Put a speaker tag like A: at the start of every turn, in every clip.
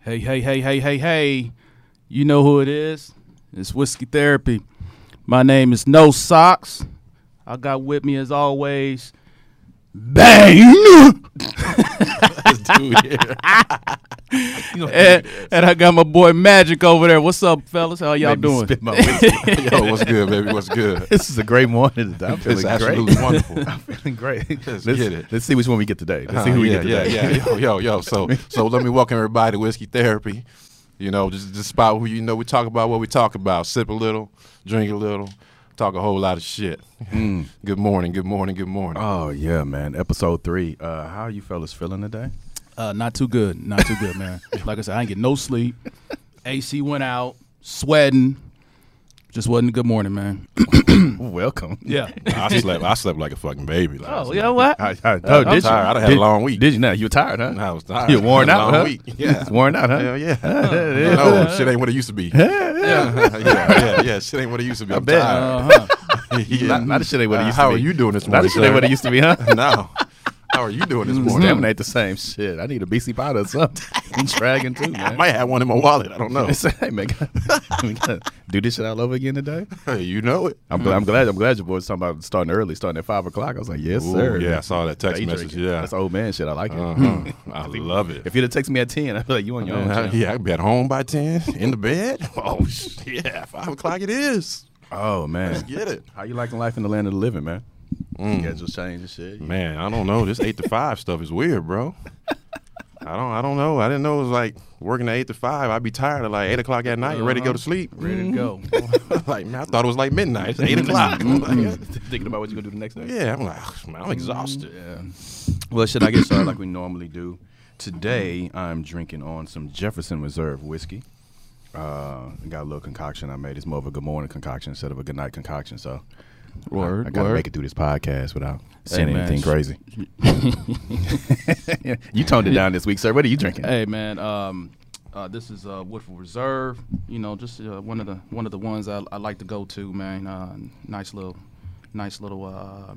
A: Hey, hey, hey, hey, hey, hey. You know who it is? It's Whiskey Therapy. My name is No Socks. I got with me as always Bang and, and I got my boy Magic over there. What's up, fellas? How y'all
B: Made me
A: doing?
B: spit my whiskey.
C: Yo, what's good, baby? What's good?
B: this is a great morning. today. I'm feeling
C: It's
B: great.
C: absolutely wonderful.
B: I'm feeling great.
C: Let's
B: let's,
C: get it.
B: let's see which one we get today. Let's see
C: Uh,
B: who we
C: yeah,
B: get today.
C: Yeah, yeah, yo, yo, yo. So, so let me welcome everybody to Whiskey Therapy. You know, just just spot who you know. We talk about what we talk about. Sip a little, drink a little, talk a whole lot of shit. good morning. Good morning. Good morning.
B: Oh yeah, man. Episode three. Uh, how are you fellas feeling today?
A: Uh, not too good. Not too good, man. Like I said, I didn't get no sleep. AC went out, sweating. Just wasn't a good morning, man.
B: Welcome.
A: Yeah.
C: I slept. I slept like a fucking baby.
A: Oh, you know what?
B: I, I, oh,
C: Uh, I'm
B: did you?
C: tired. I done had a
B: Did-
C: long week.
B: Did you now? You were tired, huh?
C: I was tired.
B: You're worn
C: Had a
B: out,
C: long
B: huh?
C: week. Yeah.
B: It's worn out, huh?
C: Hell yeah.
B: yeah.
C: no, shit ain't what it used to be. yeah, yeah, yeah, yeah. Shit ain't what it used to be. I'm
B: bet.
C: tired.
A: Uh-huh.
C: Yeah.
B: Not, not the shit ain't what it
C: Uh,
B: used
C: how
B: to be.
C: are you doing this
B: Not the
C: morning?
B: shit ain't
C: sir?
B: what it used to be, huh?
C: No. How are you doing this
B: It's
C: morning?
B: Damn, it ain't the same shit. I need a BC powder or something. I'm dragging too,
C: I
B: man.
C: might have one in my wallet. I don't know.
B: It's- hey, man, we gotta do this shit all over again today.
C: hey, you know it.
B: I'm, glad, I'm glad. I'm glad your boys talking about starting early, starting at five o'clock. I was like, yes,
C: Ooh,
B: sir.
C: Yeah, I saw that text
B: Day
C: message.
B: drinking.
C: Yeah.
B: that's old man shit. I like it.
C: Uh-huh. I love it.
B: If you'd have texted me at ten, I'd be like, you on your own.
C: Uh,
B: champ.
C: yeah, I could be at home by 10, in the bed. Oh, sh- yeah, 5 o'clock it is.
B: Oh man,
C: Get it.
B: how you liking life in the land of the living, man? Schedules change and shit.
C: Man, I don't know. This 8 to 5 stuff is weird, bro. I don't I don't know. I didn't know it was like working at 8 to 5. I'd be tired at like 8 o'clock at night and ready to go to sleep.
B: Uh-huh.
A: Ready to go.
C: like, man, I thought it was like midnight. It's 8 o'clock. I'm
B: Mm-hmm.
C: like,
B: Thinking about what you gonna do the next day.
C: yeah, I'm like,
B: Mm-hmm.
C: man, I'm exhausted.
B: Yeah. Well, should I get started like we normally do? Today, I'm drinking on some Jefferson Reserve whiskey. Uh, I got a little concoction I made. It's more of a good morning concoction instead of a good night concoction. So, I-
A: Word,
B: I, gotta
A: word.
B: make it through this podcast without saying
A: man,
B: anything
A: sh-
B: crazy. you toned it down this week, sir. What are you drinking?
A: Hey man, um, uh, this is uh, Woodford Reserve. You know, just uh, one of the one of the ones I, I like to go to, man. Uh, nice little, nice little uh,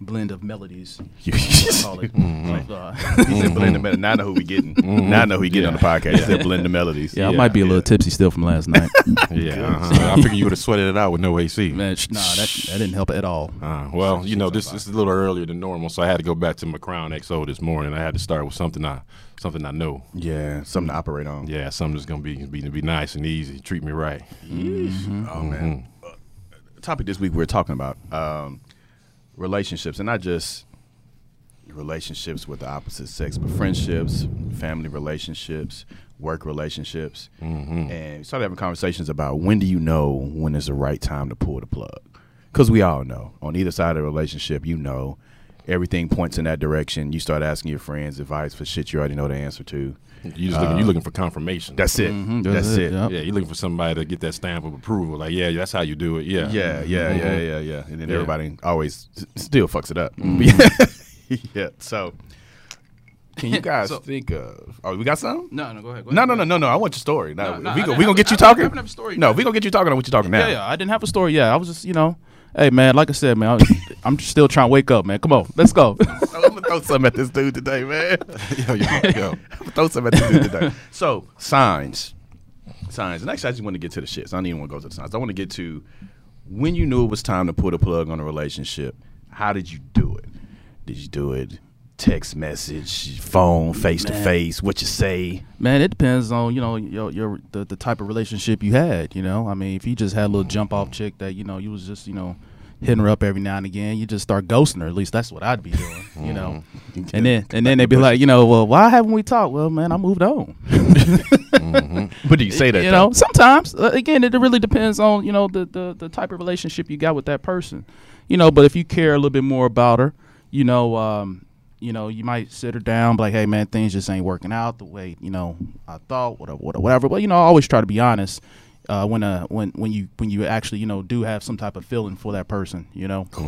A: blend of melodies.
B: You-
A: I call it.
B: Mm-hmm.
A: Of, uh,
B: He said blend the melodies. Now I know who we getting. Now I know who we getting on the podcast. He said blend the melodies.
A: Mm-hmm. yeah, I might be a little
B: yeah.
A: tipsy still from last night.
C: Yeah, uh-huh. I figure you would have sweated it out with no AC.
A: man, sh- nah, that that didn't help at all.
C: Uh, well, you know, this, this is a little earlier than normal, so I had to go back to my Crown XO this morning. I had to start with something I something I know.
B: Yeah, something to operate on.
C: Yeah, something that's gonna be be, be nice and easy. Treat me right.
B: Oh man.
A: Mm-hmm.
B: Uh, topic this week we're talking about um, relationships, and not just relationships with the opposite sex, but friendships, family relationships, work relationships,
A: Mm-hmm.
B: and we started having conversations about when do you know when is the right time to pull the plug? Because we all know on either side of the relationship, you know. Everything points in that direction. You start asking your friends advice for shit you already know the answer to.
C: You just looking, you looking for confirmation.
B: That's it.
A: Mm-hmm. that's
B: That's,
A: it,
B: it.
A: yeah.
C: yeah, you looking for somebody to get that stamp of approval. Like, yeah, that's how you do it. Yeah,
A: Um,
B: Yeah, yeah, yeah,
A: mm-hmm.
B: yeah, yeah. And then
C: Yeah.
B: everybody always s- still fucks it up. yeah. So, can you guys
A: Mm-hmm. So-
B: think of? Oh, we got some.
A: No, no, go ahead. go
B: No,
A: ahead,
B: no,
A: go
B: no,
A: ahead.
B: no, no. I want your story. No,
A: No, no,
B: we,
A: I
B: go,
A: didn't
B: we
A: have-
B: gonna get
A: I
B: you
A: didn't
B: talking.
A: have another story,
B: no,
A: man.
B: we gonna get you talking on what you talking now.
A: Yeah, yeah, I didn't have a story yet. I was just, you know, hey man, like I said, man, I was, I'm just still trying to wake up, man. Come on, let's go.
B: I'm gonna throw something at this dude today, man.
C: yo, yo, yo.
B: I'm gonna throw something at this dude today. So signs, signs, and actually, I just want to get to the shits. I don't even want to go to the signs. I want to get to when you knew it was time to put a plug on a relationship. How did you do it? Did you do it text message, phone, face to face? What you say?
A: Man, it depends on you know your your the, the type of relationship you had. You know, I mean, if you just had a little jump off chick that you know you was just you know hitting her up every now and again, you just start ghosting her. At least that's what I'd be doing. You know, and then and then they'd be like, you know, well, why haven't we talked? Well, man, I moved on.
B: But do you say that?
A: you know, sometimes uh, again, it really depends on you know the, the the type of relationship you got with that person. You know, but if you care a little bit more about her, you know, um, you know, you might sit her down, be like, hey man, things just ain't working out the way you know I thought, whatever, whatever, whatever. But you know, I always try to be honest. Uh, when uh when when you when you actually you know do have some type of feeling for that person you know
B: though?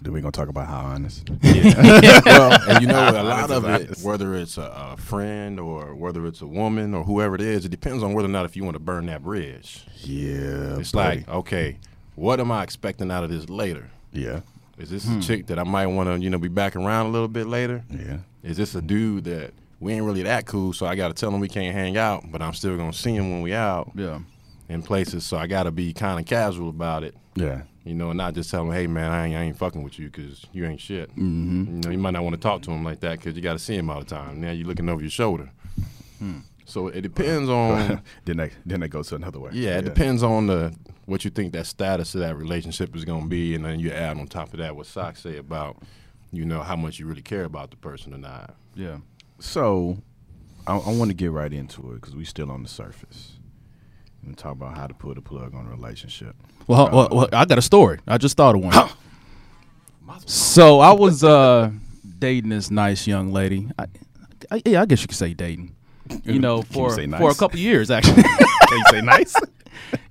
B: Then we gonna talk about how honest.
C: well, and you know, a lot of it,
B: Honest.
C: whether it's a, a friend or whether it's a woman or whoever it is, it depends on whether or not if you want to burn that bridge.
B: Yeah,
C: It's like, okay, what am I expecting out of this later?
B: yeah,
C: Is this a chick that I might want to, you know, be back around a little bit later?
B: yeah.
C: Is this a dude that we ain't really that cool, so I gotta tell him we can't hang out, but I'm still gonna see him when we out
B: Yeah.
C: in places. So I gotta be kind of casual about it,
B: Yeah.
C: you know, and not just tell him, hey man, I ain't, I ain't fucking with you because you ain't shit. You know, you might not want to talk to him like that because you gotta see him all the time. Now you're looking over your shoulder. Hmm. So it depends on
B: then they then they go to another way.
C: Yeah, it depends on the what you think that status of that relationship is going to be, and then you add on top of that what Sock say about, you know, how much you really care about the person or not.
A: Yeah.
B: So, I, I want to get right into it because we still on the surface. And talk about how to pull the plug on a relationship.
A: Well, well, well, I got a story. I just thought of one. so I was uh, dating this nice young lady. I, I, yeah, I guess you could say dating. You know,
B: Can you
A: for
B: say
A: for a
B: nice?
A: couple years actually.
B: Can you say nice?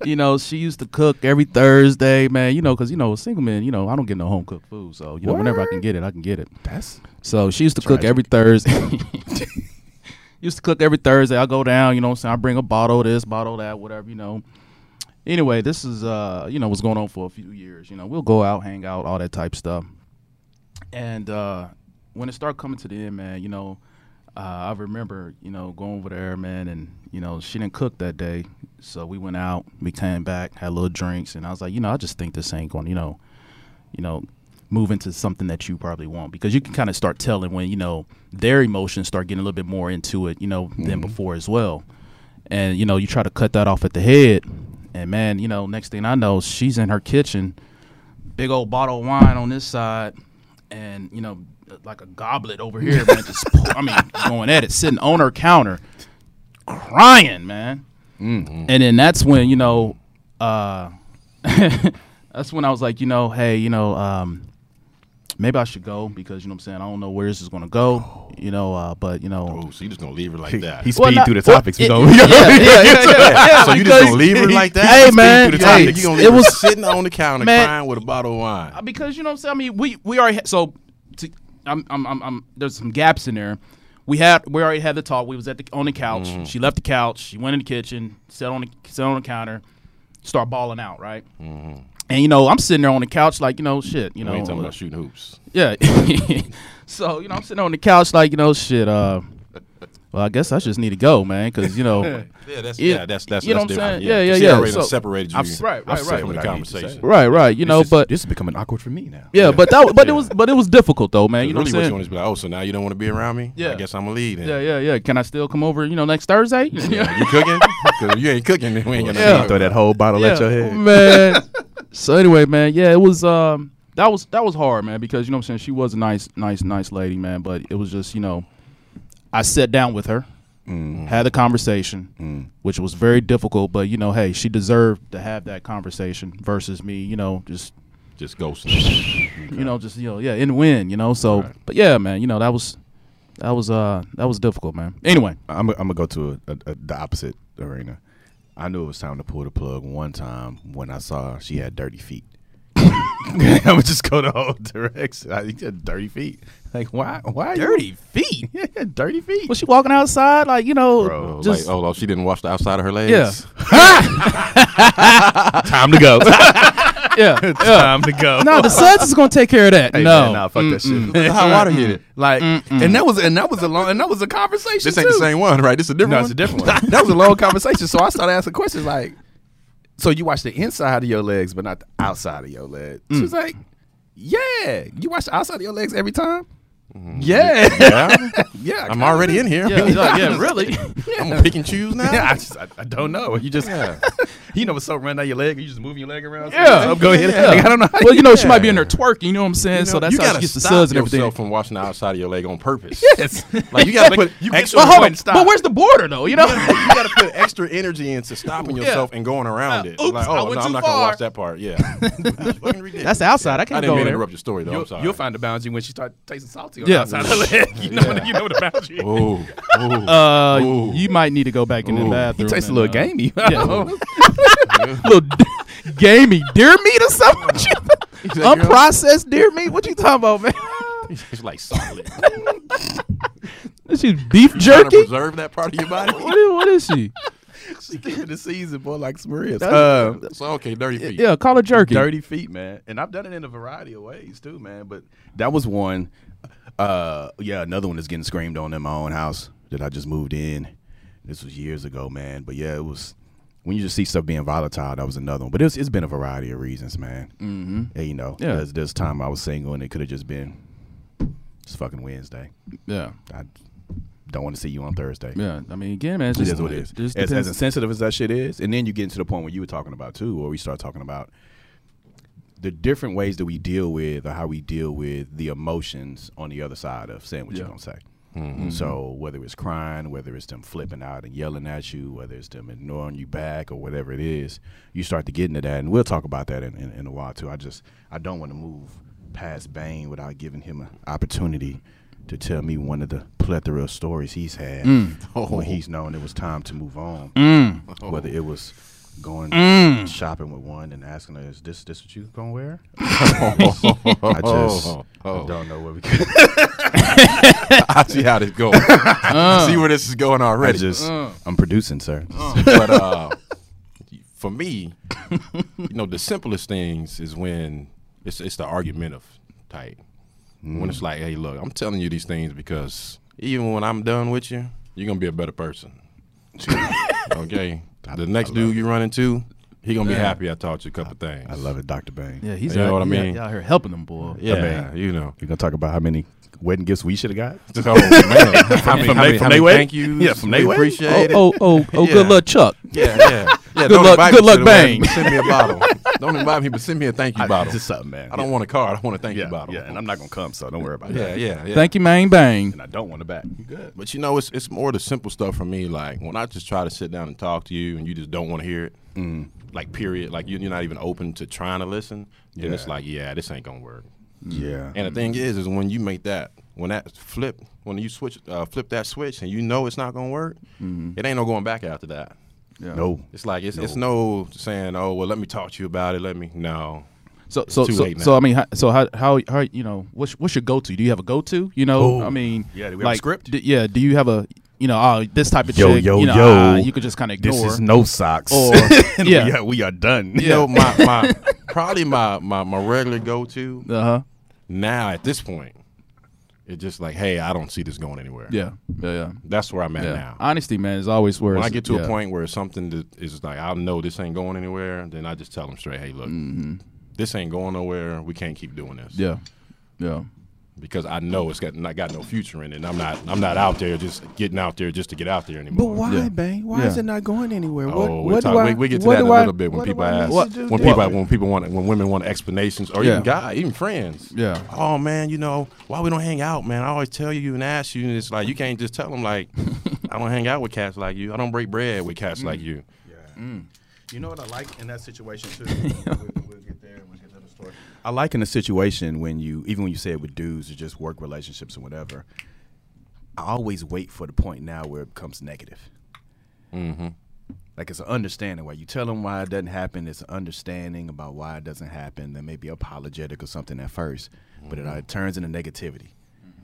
A: you know, she used to cook every Thursday, man. You know, because you know, single men, you know, I don't get no home cooked food, so you know, whenever I can get it, I can get it.
B: That's
A: So she used to cook every Thursday. used to cook every Thursday. I go down, you know what I'm saying? I bring a bottle of this, bottle of that, whatever, you know. Anyway, this is uh, you know, what's going on for a few years. You know, we'll go out, hang out, all that type stuff. And uh when it started coming to the end, man, you know, uh, I remember, you know, going over there, man, and you know, she didn't cook that day. So we went out, we came back, had little drinks, and I was like, you know, I just think this ain't going, to you know, you know, move into something that you probably want because you can kind of start telling when you know their emotions start getting a little bit more into it, you know, than before as well. And you know, you try to cut that off at the head, and man, you know, next thing I know, she's in her kitchen, big old bottle of wine on this side, and you know, like a goblet over here, man. Just, pour- I mean, going at it, sitting on her counter, crying, man.
C: Mm-hmm.
A: And then that's when you know, uh, that's when I was like, you know, hey, you know, um, maybe I should go because you know what I'm saying. I don't know where this is gonna go, you know. Uh, but you know,
C: Oh, so you just gonna leave her like that?
B: he
A: Well,
B: speed
A: not-
B: through the
A: well,
B: topics.
A: it-
B: we don't.
A: yeah, yeah, yeah, yeah, yeah,
C: so you just
A: because-
C: gonna leave her like that?
A: Hey
C: Speak
A: man,
C: through the
A: hey,
C: topic. you gonna leave
A: it
C: her
A: was
C: sitting on the counter
A: Man.
C: crying with a bottle of wine.
A: because you know what I'm saying. I mean, we we already had, so to, I'm, I'm I'm I'm there's some gaps in there. We had we already had the talk. We was at the on the couch. She left the couch. She went in the kitchen, sat on the sat on the counter, start balling out, right? And you know, I'm sitting there on the couch like you know, shit, you
C: we ain't talking
A: know, uh,
C: about shooting hoops.
A: yeah. so you know, I'm sitting on the couch like you know, shit. Uh, well, I guess I just need to go, man, 'cause you know,
C: Yeah, that's
A: Yeah,
C: yeah, that's that's
A: you know
C: that's
A: what I'm saying?
C: different.
A: Yeah, yeah,
C: she
A: yeah.
C: already done
A: So-
C: separated you.
A: I've s- right, right,
C: I've
A: right.
C: from
B: What
C: the
B: I need to say.
C: conversation.
A: right, right, you know,
B: this is,
A: but
B: this is becoming awkward for me now.
A: yeah, but that but
C: Yeah.
A: it was but it was difficult though, man. You know,
C: really,
A: what I'm
C: what you
A: saying?
C: want is be like, oh, so now you don't want to be around me?
A: Yeah.
C: I guess I'm gonna leave. Then.
A: Yeah, yeah, yeah. Can I still come over? You know, next Thursday? Yeah,
C: You cooking? Because you ain't cooking. Then we ain't gonna
A: Yeah.
C: leave.
B: Throw that whole bottle at your head.
A: Oh, man. so anyway, man, yeah, it was um that was that was hard, man, because you know what I'm saying. She was a nice, nice, nice lady, man, but it was just you know, I sat down with her, had the conversation, which was very difficult, but you know, hey, she deserved to have that conversation versus me, you know, just
C: Just ghosting.
A: you know, just you know, yeah, in win, you know. So, but yeah, man, you know, that was that was uh that was difficult, man. Anyway,
B: I'm I'm gonna go to a, a, a, the opposite arena. I knew it was time to pull the plug one time when I saw she had dirty feet. I'm gonna just go the whole direction. I think she had dirty feet. Like why? Why dirty feet? yeah, yeah, dirty feet.
A: was she walking outside like you know,
B: Bro,
A: just
C: Like, oh, oh, she didn't wash the outside of her legs.
A: yeah.
B: time to go.
A: yeah. yeah.
B: time to go.
A: No, the suds is gonna take care of that.
B: Hey,
A: no,
B: man, nah, fuck that shit.
C: The hot water hit it.
B: Like, and that was and that was a long and that was a conversation.
C: This ain't the
B: too.
C: same one, right? This is a different
B: No,
C: one.
B: it's a different one. that was a long conversation. So I started asking questions like, "So you watch the inside of your legs, but not the outside of your leg?" She was like, "Yeah, you watch the outside of your legs every time." Yeah,
C: Yeah.
B: yeah.
C: I'm already in here.
A: yeah, yeah, yeah, really.
C: I'm gonna pick and choose now.
B: Yeah, I just I, I don't know. You just
C: Yeah.
B: you know what's so running down your leg, and you just moving your leg around.
A: Yeah.
B: I'm going
A: Yeah.
B: I don't know. How
A: Well, you know, she might be in there twerking. You know what I'm saying?
C: You
A: so
C: know,
A: that's
C: you
A: how
C: gotta
A: she gets the
C: stop
A: suds and everything.
C: yourself from washing the outside of your leg on purpose.
B: yes.
C: Like you gotta
B: But
C: put
B: you get
C: extra.
B: to
A: But
B: a
A: hold
B: point
A: on.
B: and stop.
A: But where's the border though? You know?
C: you gotta put extra energy into stopping yourself and going around it.
A: Oops,
C: like,
A: I
C: oh
A: went
C: no,
A: too
C: I'm not
A: far.
C: gonna watch that part. Yeah. That's fucking ridiculous.
A: that's the outside. I
C: I
A: can't
C: didn't
A: go
C: mean to
A: there.
C: interrupt your story though. I'm sorry.
B: You'll find the boundary when she start tasting salty on
A: Yeah.
B: the outside of the leg. You know,
C: Yeah.
B: you know the boundary. is.
C: Oh, oh.
A: Uh,
C: Ooh.
A: you might need to go back in the
C: Ooh.
A: bathroom.
B: It tastes a
A: and,
B: little
A: uh,
B: gamey.
A: Yeah. little d- gamey deer meat or something. What you-
C: like, "Girl."
A: Unprocessed deer meat. What you talking about, man?
C: it's like solid.
A: This is beef
C: Trying to
A: jerky.
C: preserve that part of your body.
A: What is, what is she?
B: She keeping the season, boy, like Smurfs.
A: That's-
B: Uh,
C: So okay, dirty feet.
A: Yeah, call it jerky.
B: Um, dirty feet, man. And I've done it in a variety of ways too, man. But that was one. Uh, yeah, another one is getting screamed on in my own house. that I just moved in. This was years ago, man. But yeah, it was when you just see stuff being volatile. That was another one. But it's it's been a variety of reasons, man. Mm-hmm. And, you know,
A: Yeah.
B: there's, there's time I was single and it could have just been it's fucking Wednesday.
A: Yeah.
B: I don't want to see you on Thursday.
A: Yeah. I mean, again, man, it's
B: It
A: just
B: is what it is.
A: just
B: As, as
A: depends-
B: insensitive as that shit is, and then you get into the point where you were talking about too, where we start talking about the different ways that we deal with or how we deal with the emotions on the other side of saying what
A: Yeah.
B: you're gonna say. So whether it's crying, whether it's them flipping out and yelling at you, whether it's them ignoring you back or whatever it is, you start to get into that, and we'll talk about that in, in, in a while too. I just I don't want to move past Bane without giving him an opportunity to tell me one of the plethora of stories he's had when he's known it was time to move on. Whether it was going shopping with one and asking her, "Is this this what you gonna wear?" I just I don't know where we. Could.
C: I see how this goes. I see where this is going
B: I
C: already.
B: just I'm producing, sir.
C: but uh, for me, you know, the simplest things is when it's it's the argumentative type.
B: Mm.
C: When it's like, hey, look, I'm telling you these things because even when I'm done with you, you're gonna be a better person. okay. The next dude you run into, he gonna be happy I taught you a couple things.
B: I love it, Doctor Bane.
A: Yeah, he's
C: You know
A: out-
C: what I
A: he out-
C: mean?
A: he out here helping them, boy.
C: Yeah,
B: man.
C: you know.
B: We're gonna talk about how many wedding gifts we should have got.
C: Oh man, how many, how many,
B: From they- from
C: how
B: they
C: many
B: way?
C: thank yous?
B: Yeah, from
C: We
B: they way?
C: Appreciate
A: Oh,
C: it.
A: oh, oh, oh
C: Yeah.
A: good luck, Chuck.
C: Yeah, yeah. yeah
A: Good
C: don't
A: luck-
C: invite
A: good
C: me
A: luck
C: to the
A: bang.
C: wedding, but Send me a bottle. don't invite me, but send me a thank you bottle.
B: Just something, man.
C: I don't want a card. I want a thank
B: Yeah,
C: you bottle.
B: yeah, and I'm not gonna come, so don't worry about
C: yeah,
B: that.
C: yeah, yeah.
A: Thank you, man. Bang.
B: And I don't want to back. Good.
C: But you know, it's it's more the simple stuff for me. Like when I just try to sit down and talk to you, and you just don't want to hear it. Mm. Like period. Like you, you're not even open to trying to listen. Then it's
B: Yeah.
C: like, yeah, Mm. this ain't gonna work.
B: Yeah.
C: And the thing is, is when you make that, when that flip, when you switch, uh, flip that switch, and you know it's not gonna work, it ain't no going back after that.
A: Yeah.
B: no.
C: It's like it's it's no saying, oh well, let me talk to you about it. Let me no.
A: So so
C: too
A: so,
C: late now.
A: so I mean, how, so how how how you know what's what's your go to? Do you have a go to? You know,
B: Oh.
A: I mean,
B: Yeah, do we have a
A: like,
B: script?
A: d- yeah, do you have a you know oh, this type of
B: Yo,
A: chick?
B: yo,
A: you know,
B: yo,
A: ah, you could just kind of
B: This
A: ignore.
B: is no socks.
A: Or-
B: And
A: yeah.
B: we are, we are done.
C: You know, my, my probably my, my my regular go to
A: uh huh.
C: now at this point, it's just like, hey, I don't see this going anywhere.
A: Yeah, yeah, yeah.
C: That's where I'm at
A: yeah.
C: now.
A: Honesty, man, is always where
C: when I
A: it's-
C: get to
A: yeah.
C: a point where it's something that is like, I know this ain't going anywhere, then I just tell them straight, hey, look, this ain't going nowhere. We can't keep doing this.
A: Mm-hmm. Yeah, yeah,
C: Because I know it's got not got no future in it. And I'm not I'm not out there just getting out there just to get out there anymore.
A: Yeah.
B: Bang? Why
A: Yeah.
B: not going anywhere?
C: Oh, we, talk, we, we get to that in a little bit when people ask,
A: What-
C: when people when people want when women want explanations or
A: Yeah.
C: even guy even friends.
A: Yeah.
C: Oh man, you know why we don't hang out, man? I always tell you and ask you, and it's like you can't just tell them like, I don't hang out with cats like you. I don't break bread with cats like you.
B: You know what I like in that situation too. we'll, we'll get there. We'll get to the story. I like in a situation when you, even when you say it with dudes or just work relationships or whatever. I always wait for the point now where it becomes negative. Mm-hmm. Like it's an understanding why you tell them why it doesn't happen. It's an understanding about why it doesn't happen. Then maybe apologetic or something at 1st but it, uh, turns into negativity.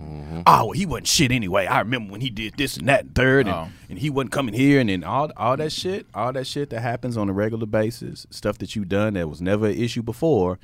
B: Oh, well, he wasn't shit anyway. I remember when he did this and that and third, and,
A: Oh.
B: and he wasn't coming here, and then all all that shit, all that shit that happens on a regular basis, stuff that you done that was never an issue before.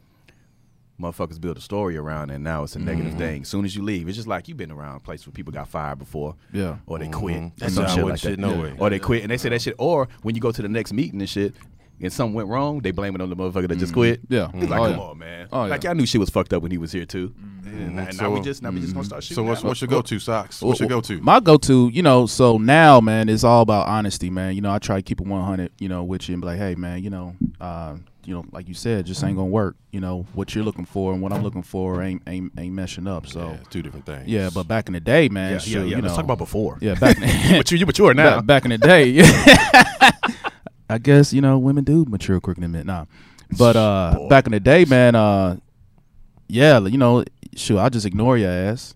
B: Motherfuckers build a story around, and now it's a
A: Mm-hmm.
B: negative thing. As soon as you leave, it's just like you've been around a place where people got fired before,
A: Yeah. Mm-hmm.
B: or they quit,
C: That's
B: Some
C: not
B: shit
C: what
B: like
C: shit,
B: that.
C: no way.
B: or they quit and they say that shit. Or when you go to the next meeting and shit, and something went wrong, they blame it on the motherfucker that just quit.
A: Yeah.
B: It's like
A: Oh,
B: come
A: yeah.
B: on, man.
A: Oh,
B: like
A: yeah. Mm-hmm.
B: y'all knew shit was fucked up when he was here too. And, and now we
C: So-
B: just now we just gonna start shooting.
C: So what's
B: at him.
C: what's your go to socks? What's your go to?
A: My go to, you know, so now, man, it's all about honesty, man. You know, I try to keep it 100, you know, with you and be like, hey, man, you know, uh, you know, like you said, just ain't gonna work. You know, what you're looking for and what I'm looking for ain't ain't, ain't meshing up. So
C: Yeah, two different things.
A: Yeah, but back in the day, man.
B: Yeah, yeah,
A: shoot,
B: yeah.
A: You
B: Let's
A: know,
B: talk about before.
A: Yeah, back in,
B: but you you mature now.
A: back, back in the day. I guess you know women do mature quicker than men. Nah, but uh,
B: Boy.
A: back in the day, man. Uh, yeah, you know, shoot, I'll just ignore your ass,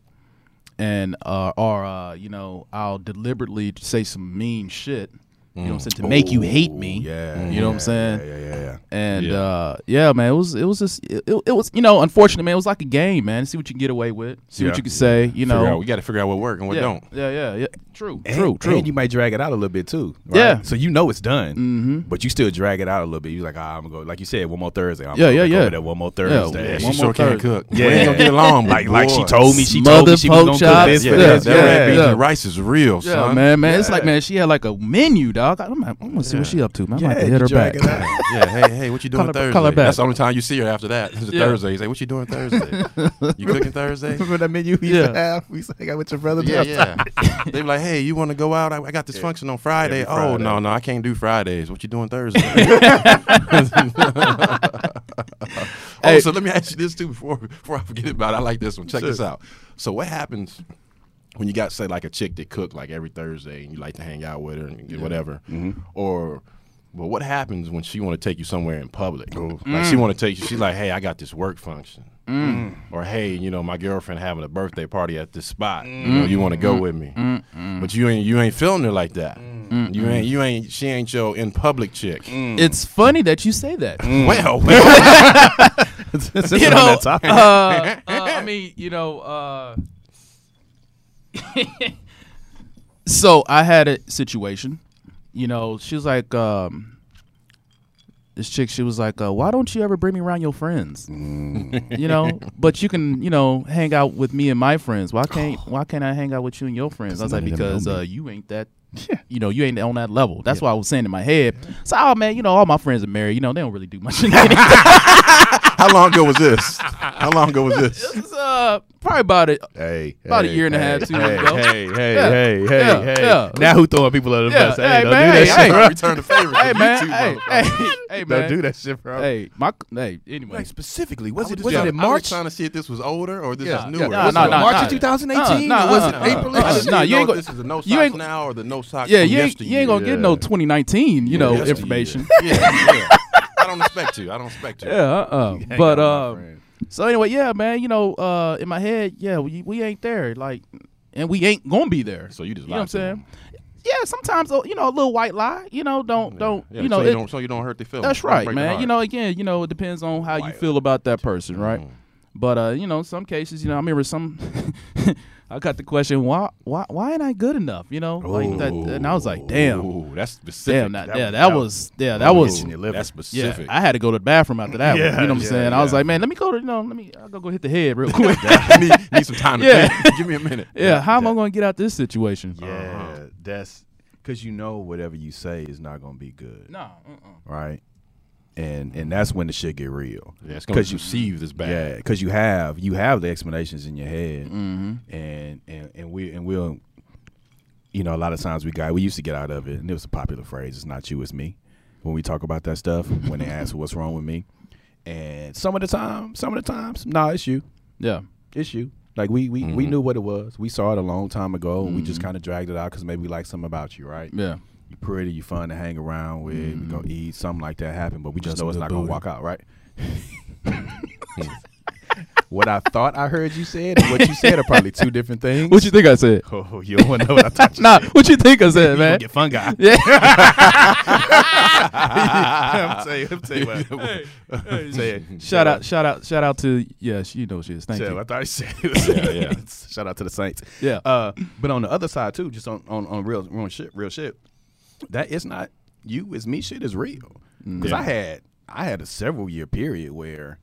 A: and uh, or uh, you know, I'll deliberately say some mean shit You know what I'm saying? To make you hate me.
B: Mm. Yeah.
A: You know what I'm saying?
B: yeah, Yeah, yeah, yeah.
A: And
C: Yeah.
A: uh, yeah, man, it was it was just it, it was you know unfortunately, man, it was like a game, man. See what you can get away with, see
B: Yeah.
A: what you can say, you
C: Figure out-
A: know.
C: we got to figure out what work and what
A: yeah,
C: don't.
A: yeah, yeah, yeah. True,
B: And-
A: true, true.
B: And you might drag it out a little bit too. right?
A: Yeah. Mm-hmm.
B: So you know it's done, but you still drag it out a little bit. You're like, ah, I'm gonna go. Like you said, one more Thursday. I'm
A: Yeah,
B: gonna
A: yeah,
B: go
A: yeah.
B: over there One more Thursday.
A: Yeah,
C: she
A: one
C: sure
A: more
C: can't
A: Thursday.
C: cook.
B: Yeah.
C: we ain't gonna get along. but
B: like, like she
C: boy,
B: told me, she told me she
A: Smother poke
B: was gonna cook
A: chops.
B: this.
C: Yeah,
B: for
A: Yeah,
B: this.
C: that red beans
A: yeah.
C: and rice is real,
A: yeah,
C: son.
A: man, man. It's like man, she had like a menu, dog. I'm like, I'm gonna see what she up to, man. I might have to
B: you
A: hit her
B: drag
A: back.
B: it out.
C: yeah, hey, hey, what you doing
A: Call her-
C: Thursday?
A: call her back.
C: That's the only time you see her after that. It's a
A: Yeah.
C: Thursday. He's like, what you doing Thursday? you cooking Thursday?
B: Remember that menu we
A: Yeah.
B: used to have? We used to hang out with your brother.
C: Yeah, yeah. they be like, hey, you want to go out? I, I got this function on Friday.
B: Every
C: Oh,
B: Friday.
C: no, no, I can't do Fridays. What you doing Thursday? oh,
A: Hey.
C: so let me ask you this too before before I forget about it. I like this one. Check this out. So what happens when you got say like a chick that cook like every Thursday and you like to hang out with her and get whatever,
B: Mm-hmm.
C: or but what happens when she want to take you somewhere in public?
B: Oh.
C: Like she want to take you. She's like, hey, I got this work function, or hey, you know, my girlfriend having a birthday party at this spot. You know, you want to go with me, but you ain't you ain't feeling her like that. You ain't you ain't she ain't your in public chick.
A: It's funny that you say that.
C: Well, well,
A: you
B: on
A: know,
B: that topic.
A: uh, uh, I mean, you know, uh, so I had a situation. You know, she was like, um, this chick. She was like, uh, "Why don't you ever bring me around your friends?
B: Mm.
A: you know, but you can, you know, hang out with me and my friends. Why
B: Oh.
A: can't Why can't I hang out with you and your friends?" I was like,
B: none of them
A: "Because
B: know me."
A: uh, you ain't that." You know, you ain't on that level. That's what I was saying in my head. So, oh man, you know, all my friends are married. You know, they don't really do much.
C: how long ago was this? How long ago was this?
A: This is, uh, probably about it.
B: Hey,
A: About a
B: hey,
A: year and a
B: hey,
A: half, two
B: hey,
A: years ago.
B: Hey, hey,
A: Yeah,
B: hey, hey,
A: yeah,
B: hey.
A: yeah.
B: Now who throwing people under the
A: Yeah,
B: bus? Hey,
A: hey,
B: don't
A: man,
B: do
A: hey,
B: that
A: hey.
B: shit, bro.
A: Hey,
C: Return the favor.
A: Hey man,
C: You too,
A: hey,
C: motherfucker.
A: hey, hey man,
B: Don't do that shit, bro.
A: Hey, my hey. Anyway,
B: Like specifically, was it
A: Was
C: Yeah,
A: it
C: I
A: in March?
C: trying to see if this was older or this is
B: Yeah, yeah.
C: newer.
A: Nah,
C: What's
A: nah,
C: up?
A: nah,
B: March
A: nah.
B: of 2018?
A: Nah,
B: Or was
A: nah,
B: it
A: nah,
B: April?
A: nah,
C: I just
A: nah,
C: need to
A: you
C: know
A: ain't
C: if
A: go-
C: this is the no socks
A: you ain't-
C: now or the no socks.
A: yeah,
C: from
A: you ain't,
C: yesteryear.
A: you ain't gonna get no
B: Yeah.
A: 2019, you know,
C: Yesteryear.
A: information.
C: Yeah, yeah. I don't expect you. I don't expect you.
A: Yeah, uh, uh but uh, so anyway, yeah, man, you know, uh, in my head, yeah, we, we ain't there, like, and we ain't gonna be there.
C: So you just
A: you know what
C: lied
A: I'm
C: to
A: saying? Yeah, sometimes uh, you know a little white lie, you know, don't don't
C: Yeah,
A: you know
C: so you
A: it-
C: don't so you don't hurt their feelings.
A: That's
C: Don't
A: right,
C: break their
A: man.
C: heart.
A: You know, again, you know, it depends on how you
B: Wild.
A: feel about that person, right? But uh, you know, some cases, you know, I remember some. I got the question, why, why, why ain't I good enough? You know, like that, and I was like, damn,
C: Ooh, that's
A: damn,
C: specific.
A: that, yeah, that was, yeah, that was,
B: Itching your liver.
C: that's
A: yeah.
C: specific.
A: I had to go to the bathroom after that.
B: Yeah,
A: one, you know what I'm
B: yeah,
A: saying? I was
B: yeah.
A: like, man, let me go to, you know, let me, I'll go go hit the head real quick.
C: need, need some time to
A: Yeah.
C: think. Give me a minute.
A: yeah, how am I going to get out this situation?
B: Yeah, that's because you know whatever you say is not gonna be good,
A: No, uh-uh.
B: right? And and that's when the shit get real.
C: Yeah, it's gonna
B: 'Cause you-
C: perceive this bad.
B: Yeah, because you have you have the explanations in your head, and and and we and we'll, you know, a lot of times we got we used to get out of it, and it was a popular phrase. It's not you, it's me. When we talk about that stuff, when they ask what's wrong with me, and some of the time, some of the times, nah, it's you,
A: yeah,
B: it's you. Like we we we knew what it was. We saw it a long time ago, and we just kind of dragged it out because maybe we like something about you, right?
A: yeah,
B: you pretty, you fun to hang around with, we go eat, something like that happen, but we just,
A: Just a
B: know it's
A: good
B: not gonna
A: booty.
B: walk out, right? what I thought I heard you said and what you said are probably two different things.
A: What you think I said?
B: oh, you don't wanna know what I thought you
A: Nah, what you think I said,
B: said. Man.
A: man?
B: Get fun guy.
A: Yeah.
B: I'm telling you, I'm telling you what. Say it.
A: Shout out, shout out, shout out to yeah, she knows she is. Thank
B: Yeah,
A: you.
B: I thought you said it was
C: Yeah, yeah.
B: Shout out to the Saints.
A: Yeah.
B: Uh, but on the other side too, just on on, on real real shit, real shit. That it's not you, it's me. Shit is real. Because I had I had a several year period where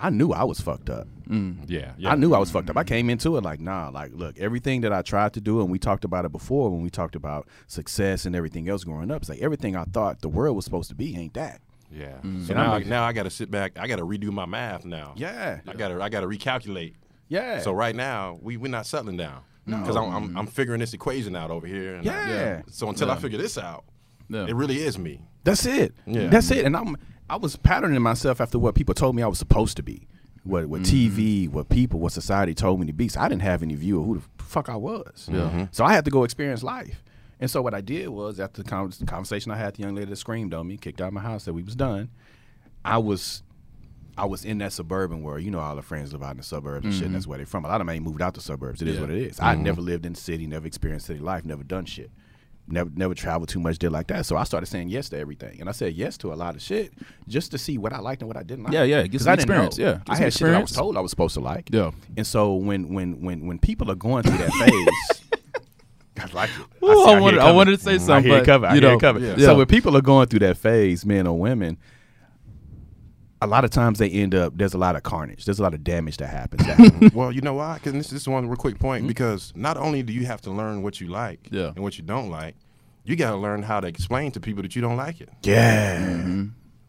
B: I knew I was fucked up.
C: Yeah, yeah.
B: I knew I was fucked up. I came into it like, nah, like, look, everything that I tried to do, and we talked about it before when we talked about success and everything else growing up. It's like everything I thought the world was supposed to be ain't that.
C: Yeah.
A: Mm.
C: So now, I- now I got to sit back. I got to redo my math now.
B: Yeah.
C: I got to I got to recalculate.
B: Yeah.
C: So right now we we're not settling down because I'm, I'm
A: Mm-hmm.
C: I'm figuring this equation out over here. and I-
B: Yeah. Yeah.
C: so until I figure this out,
A: Yeah.
C: it really is me.
B: That's it.
C: Yeah.
B: That's it. And I'm I was patterning myself after what people told me I was supposed to be. What what TV, what people, what society told me to be. So I didn't have any view of who the fuck I was. So I had to go experience life. And so what I did was after the con- conversation I had, the young lady that screamed on me, kicked out of my house, said we was done. I was I was in that suburban world. You know, all the friends live out in the suburbs and shit. And that's where they're from. A lot of them ain't moved out the suburbs. It is
A: Mm-hmm. Yeah. Mm-hmm.
B: what it is. I never lived in the city, never experienced city life, never done shit. never never traveled too much, did like that. So I started saying yes to everything, and I said yes to a lot of shit just to see what I liked and what I didn't like.
A: Yeah, yeah, it gives some
B: 'Cause I didn't
A: experience,
B: know.
A: yeah.
B: I
A: Gives
B: had
A: some
B: shit that I was
A: experience.
B: told I was supposed to like.
A: Yeah.
B: and so when when when when people are going through that phase. I like it.
A: Ooh,
B: see-
A: I
B: hear it
A: wanted- I
B: coming.
A: wanted to say
B: Mm,
A: something,
B: I hear it
A: but,
B: coming. I
A: you
B: hear it
A: know,
B: coming.
A: yeah.
B: So
A: Yeah.
B: when people are going through that phase, men or women, a lot of times they end up there's a lot of carnage. There's a lot of damage that happens. That
C: well, you know why? Because this, this is one real quick point.
B: Mm-hmm.
C: Because not only do you have to learn what you like
A: Yeah.
C: and what you don't like, you got to learn how to explain to people that you don't like it.
B: yeah.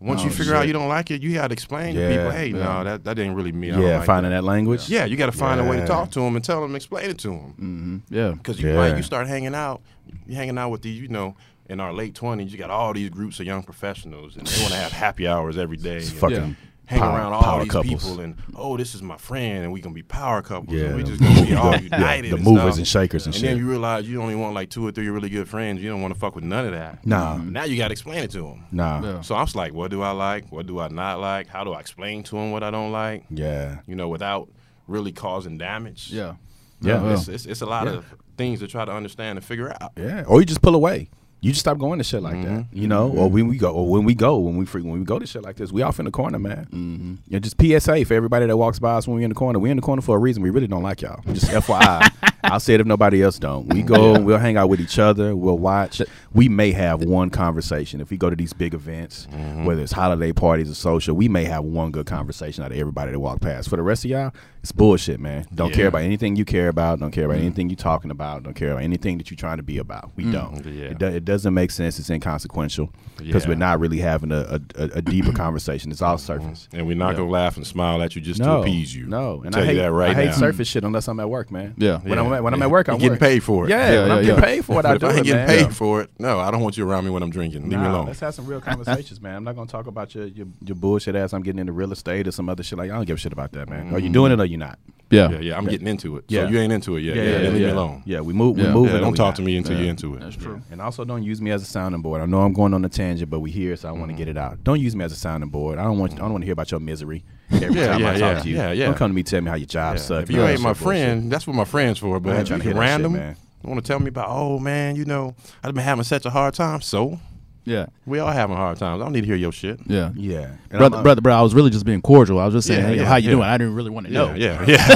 C: Once you figure out you don't like it, you got to explain
B: Oh, Yeah,
C: to people, hey, no, that, that didn't really mean I don't
B: Yeah,
C: like
B: finding
C: that.
B: that language.
C: Yeah, you got to find a way
B: Yeah. Mm,
C: to talk to them and tell them, explain it to them.
A: Yeah.
C: Because you
B: Yeah.
C: like you start hanging out, you hanging out with these, you know, in our late twenties, you got all these groups of young professionals, and they want to have happy hours every day. and
B: fucking
C: hang
B: power-
C: around
B: power
C: all these
B: couples.
C: people, and oh, this is my friend, and we gonna be power couples,
B: Yeah,
C: and we
B: the-
C: just gonna be all
B: the-
C: united.
B: the
C: and
B: movers
C: stuff.
B: and shakers and shit.
C: then you realize you only want like two or three really good friends. You don't want to fuck with none of that. Mm-hmm.
B: Nah.
C: Now you gotta explain it to them.
B: Nah.
A: Yeah.
C: So I'm just like, what do I like? What do I not like? How do I explain to them what I don't like?
B: Yeah.
C: You know, without really causing damage.
A: Yeah.
B: Yeah.
C: It's, it's, it's a lot of things to try to understand and figure out.
B: Yeah. Or you just pull away. You just stop going to shit like that. You know, or when we go, or when we go, when we free, when we go to shit like this, we off in the corner, man. Mm-hmm. Yeah, just PSA for everybody that walks by us when we in the corner. We in the corner for a reason. We really don't like y'all. Just FYI, I'll say it if nobody else don't. We go, we'll hang out with each other. We'll watch. We may have one conversation if we go to these big events, whether it's holiday parties or social. We may have one good conversation out of everybody that walk past. For the rest of y'all, it's bullshit, man. Don't care
C: Yeah.
B: about anything you care about. Don't care
C: Mm-hmm.
B: about anything you talking about. Don't care about anything that you're trying to be about. We don't.
C: Mm, Yeah.
B: It, do, it doesn't make sense. It's inconsequential because we're
C: Yeah. Mm-hmm.
B: not really having a, a, a- a deeper conversation. It's all surface.
C: And we're not gonna laugh and smile at you just
B: No,
C: to appease you.
B: No, and
C: Tell
B: I hate
C: you that right
B: I hate
C: now.
B: surface shit unless I'm at work, man.
A: Yeah.
B: When I'm
C: Yeah.
B: at, when I'm at work,
C: You're
B: I'm
C: getting
B: work.
C: paid for it.
B: Yeah,
A: Yeah,
B: when I'm
A: yeah,
B: getting
A: yeah.
B: paid for it,
C: But
B: I
C: if
B: do
C: I ain't
B: it,
C: getting
B: man.
C: paid
B: Yeah.
C: for it, no, I don't want you around me when I'm drinking. Leave me
B: Nah,
C: alone.
B: Let's have some real conversations, man. I'm not gonna talk about your, your your bullshit ass. I'm getting into real estate or some other shit. Like I don't give a shit about that, man. Are you doing it or you not?
A: Yeah.
C: Yeah, yeah, I'm getting into it.
B: Yeah.
C: So you ain't into it yet. Yeah, then leave me alone.
B: Yeah, we move. We
A: Yeah.
B: move.
C: Yeah, don't talk to
B: me.
C: me until you're into it.
A: true.
B: And also, don't use me as a sounding board. I know I'm going on a tangent, but we here, so I
C: Mm-hmm.
B: want to get it out. Don't use me as a sounding board. I don't want. I don't want to hear about your misery every
C: Yeah,
B: time I
C: yeah,
B: talk
C: yeah,
B: to you.
C: yeah, yeah.
B: Don't come to me tell me how your job sucks.
C: If you ain't my friend, that's what my friend's for. But
B: I ain't
C: if you
B: tryna hear
C: can
B: that shit,
C: random,
B: man.
C: want to tell me about, oh man, you know, I've been having such a hard time. So
A: Yeah.
C: we all having hard times. I don't need to hear your shit.
A: Yeah.
B: yeah, And
A: Brother,
B: I'm-
A: brother, brother, I was really just being cordial. I was just saying,
C: Yeah,
A: hey,
C: yeah,
A: how you
C: yeah.
A: doing? I didn't really want to know.
C: yeah, yeah,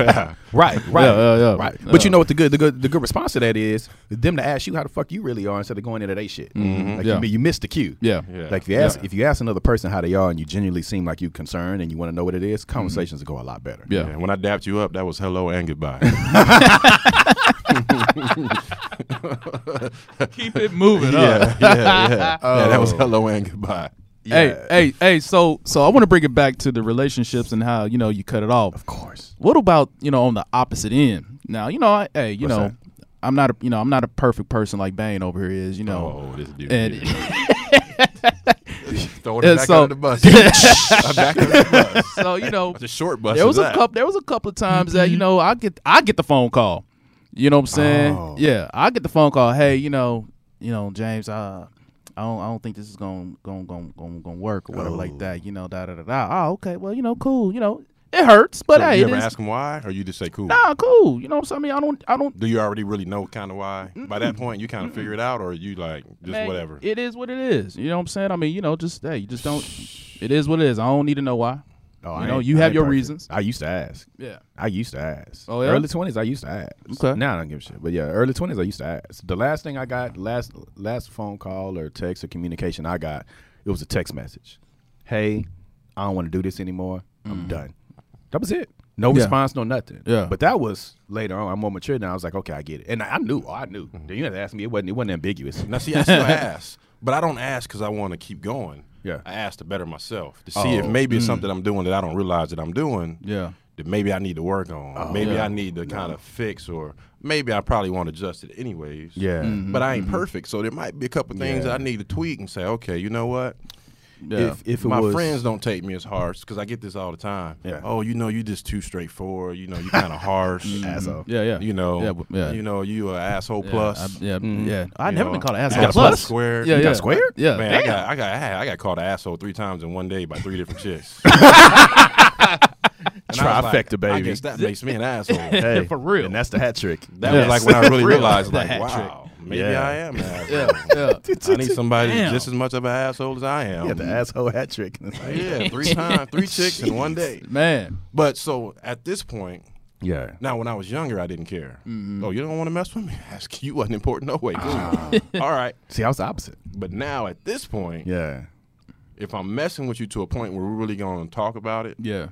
C: yeah.
B: right, right,
A: yeah, yeah.
B: right. But
A: Yeah.
B: you know what the good, the good, the good response to that is them to ask you how the fuck you really are instead of going into they shit. Like
A: Yeah.
B: you, you missed the cue.
A: Yeah.
C: Mm-hmm. Yeah.
B: Like if you ask if you ask another person how they are and you genuinely seem like you concerned and you want to know what it
C: Mm-hmm.
B: is, conversations will go a lot better.
A: Yeah.
C: And when I dapped you up, that was hello and goodbye.
A: Keep it moving
C: yeah, yeah, yeah. yeah. That was hello and goodbye.
A: Hey, hey, hey, so so I want to bring it back to the relationships and how, you know, you cut it off.
B: Of course.
A: What about you know on the opposite end? Now you know, I, hey, you
B: What's
A: know,
B: that?
A: I'm not a you know I'm not a perfect person like Bane over here is. You know,
C: Oh, this dude.
A: and
C: Throwing it
A: And
C: back
A: so-
C: under the bus. back under the bus.
A: so you know,
C: It's a short bus.
A: there
C: is
A: was a
C: that.
A: couple there was a couple of times that you know I get I get the phone call. You know what I'm saying?
B: Oh.
A: Yeah, I get the phone call. Hey, you know, you know, James, uh, I don't I don't think this is gonna gonna gonna gonna, gonna work or whatever like that. You know, da da da da. Oh, okay. Well, you know, cool. You know, it hurts, but
C: So
A: hey,
C: you
A: it
C: ever
A: is.
C: ask him why, or you just say cool?
A: Nah, cool. You know what I'm saying? I, mean, I don't, I don't
C: Do you already really know kind of why? By that point, you kind of figure it out, or you like just
A: Man,
C: whatever.
A: It is what it is. You know what I'm saying? I mean, you know, just hey, you just don't. It is what it is. I don't need to know why. You
B: Oh, I
A: know,
B: ain't-
A: you
B: I
A: have
B: ain't
A: your
B: perfect.
A: reasons.
B: I used to ask.
A: Yeah.
B: I used to ask.
A: Oh, yeah?
B: Early twenties, I used to ask.
A: Okay.
B: Now I don't give a shit. But yeah, early twenties, I used to ask. The last thing I got, last last phone call or text or communication I got, it was a text message. Hey, I don't want to do this anymore. I'm done. That was it. No
A: Mm. Yeah.
B: response, no nothing.
A: Yeah.
B: But that was later on. I'm more mature now. I was like, okay, I get it. And I, I knew. oh, I knew.
A: Mm-hmm.
B: Then you had to ask me. It wasn't. It wasn't ambiguous.
C: Now, see, I still ask, but I don't ask because I want to keep going.
B: Yeah.
C: I ask to better myself to see if
B: Oh,
C: maybe it's something I'm doing that I don't realize that I'm doing.
A: Yeah.
C: That maybe I need to work on.
B: Oh,
C: maybe
A: yeah.
C: I need to kind of fix, or maybe I probably want to adjust it anyways.
B: Yeah. Mm-hmm.
C: But I ain't perfect, so there might be a couple things
B: Yeah.
C: that I need to tweak and say, okay, you know what?
A: Yeah.
B: If if it
C: my
B: was,
C: friends don't take me as harsh because I get this all the time.
B: Yeah.
C: Oh, you know, you just too straightforward. You know, you kind of harsh.
B: Asshole.
A: yeah. Yeah.
C: You know.
A: Yeah. w- yeah.
C: You know, you an asshole
A: Yeah,
C: plus.
A: I, yeah. Yeah. I
C: You
A: never
C: know,
A: been called an
C: you
A: asshole.
C: got
A: Plus.
C: squared.
A: Yeah.
C: You
A: yeah.
B: got squared?
A: Mm-hmm. Yeah.
C: Man, I
A: Damn.
C: got, I got, I had- I got called an asshole three times in one day by three different chicks. And I was like,
B: Trifecta,
C: I
B: baby.
C: guess that makes me an asshole.
B: Hey,
A: For real.
B: And that's the hat trick.
C: That
A: Yes.
C: was like when I really
A: Real.
C: realized,
A: The
C: like,
A: hat trick.
C: wow, Maybe
B: Yeah.
C: I am. An asshole.
A: Yeah, yeah.
C: I need somebody
A: Damn.
C: that's just as much of an asshole as I am.
B: Yeah, the asshole hat trick. It's like-
C: Yeah, three times, three chicks in one day.
A: Man,
C: But so at this point,
B: yeah.
C: now when I was younger, I didn't care.
A: Mm-hmm.
C: Oh, you don't want to mess with me? Ask you wasn't important. No way. Cool.
A: Ah.
C: All right.
B: See, I was the opposite.
C: But now at this point,
B: Yeah.
C: if I'm messing with you to a point where we're really going to talk about it,
A: yeah.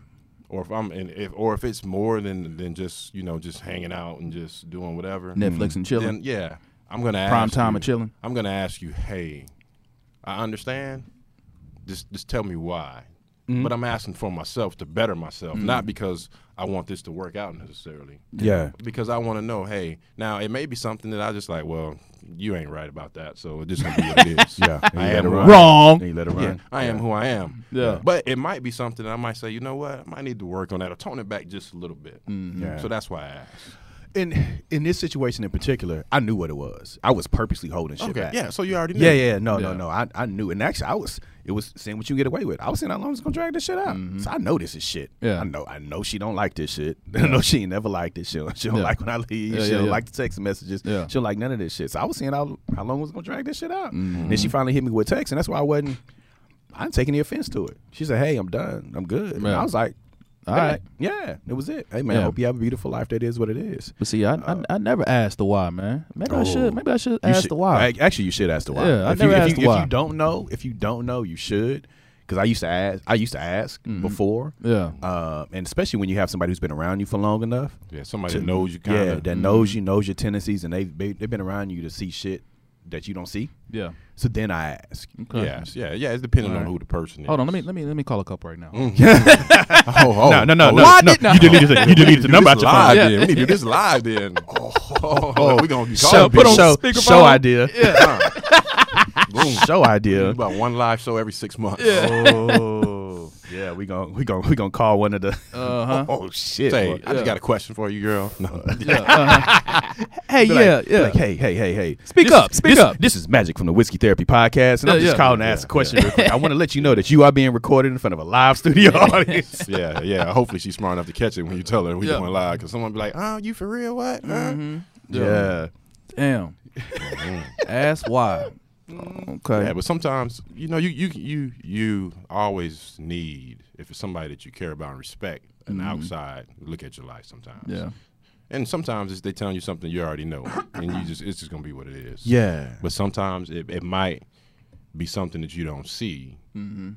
C: or if I'm and if or if it's more than than just you know just hanging out and just doing whatever,
A: Netflix and chilling.
C: then yeah, I'm gonna ask
A: Prime time
C: you-
A: of chilling.
C: I'm gonna ask you, hey, I understand. Just just tell me why. But I'm asking for myself to better myself, not because I want this to work out necessarily.
B: Yeah.
C: Because I want to know, hey, now it may be something that I just like, well, you ain't right about that, so it just gonna be what it is.
B: Yeah.
C: I am
B: Wrong.
C: wrong.
A: Wrong.
B: Then you let it
C: Yeah,
B: run.
C: I am who I am.
A: Yeah.
C: But it might be something that I might say, you know what, I might need to work on that or tone it back just a little bit.
A: Mm-hmm.
B: Yeah.
C: So that's why I asked.
B: In in this situation in particular, I knew what it was. I was purposely holding shit back.
C: Yeah, so you already knew.
B: Yeah, yeah, no, no,
A: Yeah.
B: no. I, I knew, and actually, I was. It was seeing what you get away with. I was seeing how long it's gonna drag this shit out. So I know this is shit.
A: Mm-hmm. Yeah.
B: I know. I know she don't like this shit. I know she ain't never liked this shit. She don't
A: Yeah.
B: like when I leave.
A: Yeah,
B: she
A: yeah,
B: don't
A: yeah.
B: like the text messages.
A: Yeah.
B: She don't like none of this shit. So I was seeing how how long it was gonna drag this shit out.
A: Mm-hmm.
B: Then she finally hit me with text, and that's why I wasn't. I didn't take any offense to it. She said, "Hey, I'm done. I'm good." And
A: Yeah.
B: I was like,
A: All
B: "Bet."
A: right.
B: yeah." It was it. Hey man,
A: Yeah.
B: I hope you have a beautiful life. That is what it is.
A: But see, I, I I never asked the why, man. Maybe I
B: Oh.
A: should. Maybe I should
B: You
A: ask
B: should-
A: the why.
B: ac- Actually, you should ask the why.
A: Yeah, I
B: if
A: never
B: you, if
A: asked
B: you,
A: the
B: if
A: why.
B: you don't know, if you don't know, you should. Because I used to ask. I used to ask before.
A: yeah.
B: Uh, and especially when you have somebody who's been around you for long enough.
C: Yeah, somebody
B: to-
C: knows you kind
B: Yeah,
C: of.
B: that knows you, knows your tendencies, and they've they, they've been around you to see shit that you don't see.
A: yeah.
B: So then I ask.
A: Okay.
C: Yes, yeah, yeah. It's depending on
A: Alright.
C: who the person is.
A: Hold on. Let me let me let me call a cup right now.
C: Mm-hmm. Oh, oh,
B: No, no, no,
C: oh,
B: no,
A: Why
B: no.
A: didn't I-
B: You deleted the, you deleted the number out
C: this
B: your
C: live
B: phone.
A: Yeah.
C: then. We need to do this live then. Oh, we're gonna be
B: Show,
C: calling people.
B: show,
A: speakerphone.
B: show idea.
C: Boom.
B: Show idea.
C: About one live show every six months.
B: Oh, yeah. We gonna we gonna we gonna call one of the.
A: Uh huh.
B: Oh shit.
C: Say,
B: boy.
C: I just got a question for you, girl. No.
A: Hey,
B: Be
A: yeah,
B: like, be
A: yeah.
B: like, hey, hey, hey, hey.
A: Speak
B: This-
A: up, speak
B: this-
A: up.
B: This is Magic from the Whiskey Therapy Podcast, and I'm
A: Yeah,
B: just
A: yeah.
B: calling to ask a question. real quick. I want to let you know that you are being recorded in front of a live studio audience.
C: yeah, yeah. Hopefully she's smart enough to catch it when you tell her we
A: Yeah. Mm-hmm.
C: going live because someone be like, "Oh, you for real? What? Huh?"
B: yeah.
A: Damn. Ask why. Okay.
C: Mm-hmm. Yeah, but sometimes you know you you you you always need if it's somebody that you care about and respect an outside look at your life sometimes.
A: Mm-hmm. Yeah.
C: and sometimes it's, they telling you something you already know, and you just it's just gonna be what it is.
B: Yeah.
C: but sometimes it, it might be something that you don't see,
A: Mm-hmm.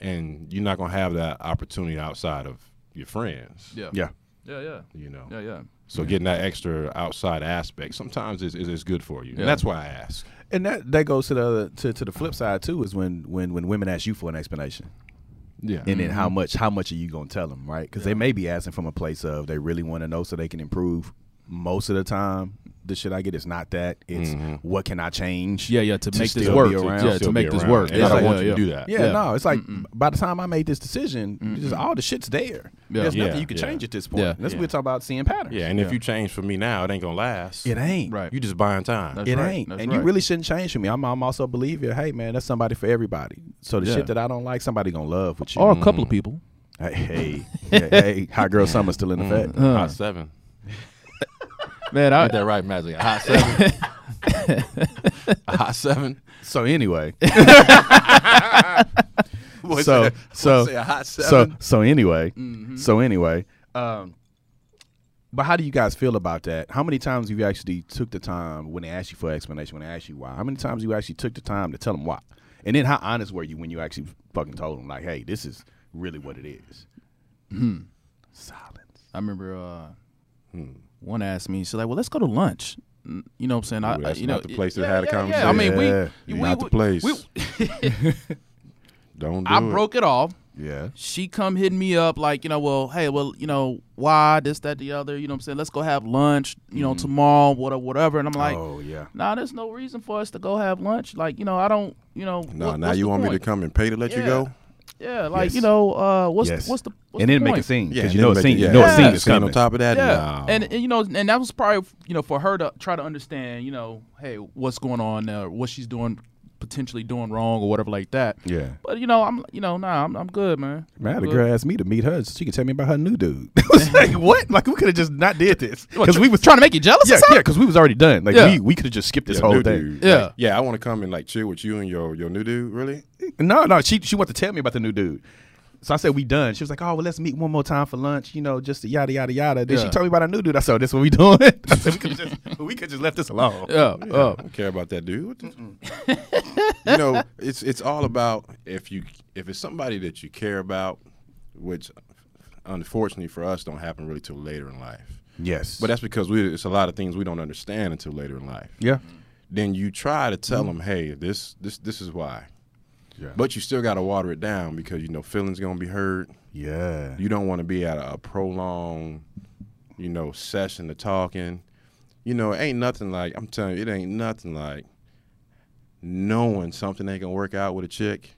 C: and you're not gonna have that opportunity outside of your friends.
A: Yeah.
B: Yeah.
A: Yeah. Yeah.
C: you know.
A: Yeah. Yeah.
C: So getting that extra outside aspect sometimes is is, is good for you.
A: Yeah.
C: And that's why I ask.
B: And that, that goes to the other, to, to the flip side too is when when when women ask you for an explanation.
C: Yeah,
B: and then how much how much are you gonna tell them right because they may be asking from a place of they really want to know so they can improve most of the time the shit i get is not that it's what can i change
A: Yeah. Yeah. To, make this
B: still
A: work.
B: be around,
A: yeah. To
C: still
A: make
C: be
A: this
C: around.
A: work.
C: And
A: Yeah.
C: I don't
A: yeah,
C: want
A: Uh, yeah,
C: you to do that.
B: yeah, no it's like by the time i made this decision just all the shit's there
A: Yeah.
B: there's nothing
C: Yeah,
B: you can
C: yeah.
B: change at this point
A: Yeah.
B: that's what we're talking about seeing patterns
C: yeah. And if you change for me now, it ain't gonna last.
B: it ain't
A: Right.
C: You just buying time.
A: That's
B: it
A: right.
B: ain't
A: That's
B: and you
A: right.
B: really shouldn't change for me i'm, I'm also a believer hey man that's somebody for everybody so the
A: Yeah.
B: shit that i don't like somebody gonna love with you
A: Or a
C: Mm-hmm.
A: couple of people.
B: hey hey hey, hey hot girl summer still in effect
A: Mm-hmm.
C: Hot seven.
A: Man,
C: Get
A: I.
C: that right, Magic. A hot seven. a hot seven.
B: so anyway
C: What's
B: So-
C: that?
B: so-
C: What's that, a hot
B: so
C: seven.
B: so anyway,
A: Mm-hmm.
B: so anyway, um, but how do you guys feel about that? How many times have you actually took the time when they asked you for an explanation, when they asked you why? How many times you actually took the time to tell them why? And then how honest were you when you actually fucking told them like, hey, this is really what it is?
A: Hmm.
B: Silence.
A: I remember. uh
C: Hmm.
A: One asked me. She's like, "Well, let's go to lunch." Mm, You know what I'm saying? I,
C: Ooh,
A: I-
C: that's
A: you know,
C: not the place that
A: yeah,
C: had a
A: yeah,
C: conversation.
A: Yeah. I mean, we,
B: Yeah.
A: we
C: Not the
A: we-
C: place.
A: we-
C: Don't do
A: I
C: it.
A: broke it off.
C: Yeah.
A: she come hitting me up like you know well hey well you know why this that the other you know what i'm saying let's go have lunch you
C: Hmm.
A: know tomorrow whatever whatever and i'm like
B: oh yeah.
A: nah there's no reason for us to go have lunch like you know i don't you know
C: No,
A: what-
C: now
A: what's
C: you
A: the
C: want me
A: point?
C: to come and pay to let you
A: Yeah.
C: go?
A: yeah like you
B: Yes.
A: know uh what's
B: Yes.
A: the, what's the what's
B: and
A: the
B: then make
A: point?
B: a scene
C: Yeah,
B: because
C: and
B: you
C: then
B: know a
C: make
B: scene.
C: it-
B: You know
A: yeah.
B: a scene
A: Yeah.
B: is
C: Scene
B: coming.
C: on top of that.
A: yeah
C: No.
A: and and you know and that was probably you know for her to try to understand you know hey what's going on uh, what she's doing potentially doing wrong or whatever like that.
B: Yeah.
A: But you know, I'm you know, nah, I'm I'm good, man.
B: Man,
A: I'm
B: the
A: good.
B: girl asked me to meet her so she could tell me about her new dude. I was like, what? Like we could have just not did this because we was
A: trying to make you jealous. or
B: yeah, yeah,
A: something?
B: because we was already done. Like
A: Yeah.
B: we, we could have just skipped this
C: Yeah,
B: whole
C: new
B: thing.
C: dude.
A: Yeah.
C: Like, yeah, I want to come and like chill with you and your your new dude. Really?
B: No, no, she she wanted to tell me about the new dude. So I said we done. She was like, "Oh, well, let's meet one more time for lunch, you know, just to yada yada yada." Then
A: Yeah.
B: she told me about a new dude. I said, "Oh, "This what we doing?" I said, "We could just we could just left this alone."
A: Yeah, yeah.
C: I don't care about that dude. What the- you know, it's it's all about if you if it's somebody that you care about, which unfortunately for us don't happen really till later in life.
B: Yes,
C: But that's because we it's a lot of things we don't understand until later in life.
B: yeah, Mm-hmm.
C: Then you try to tell them, hey, this this this is why.
B: Yeah.
C: But you still got to water it down because you know feelings gonna be hurt.
B: yeah,
C: You don't want to be at a, a prolonged, you know, session of talking. You know, it ain't nothing like I'm telling you, it ain't nothing like knowing something ain't gonna work out with a chick.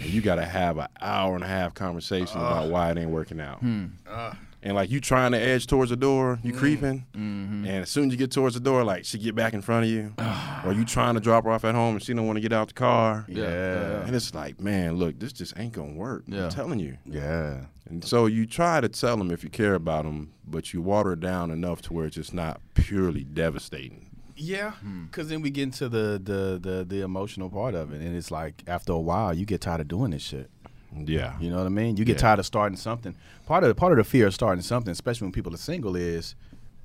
C: And you gotta have an hour and a half conversation about why it ain't working out.
A: Hmm.
C: And like you trying to edge towards the door, you creeping,
A: Mm-hmm.
C: and as soon as you get towards the door, like she get back in front of you, or you trying to drop her off at home and she don't want to get out the car.
A: Yeah.
C: and it's like, man, look, this just ain't gonna work.
A: Yeah.
C: I'm telling you.
B: yeah.
C: And so you try to tell them if you care about them, but you water it down enough to where it's just not purely devastating.
B: Yeah,
C: Hmm.
B: because then we get into the, the the the emotional part of it, and it's like after a while you get tired of doing this shit.
C: Yeah.
B: You know what I mean? You get tired of starting something. Part of part of the fear of starting something, especially when people are single, is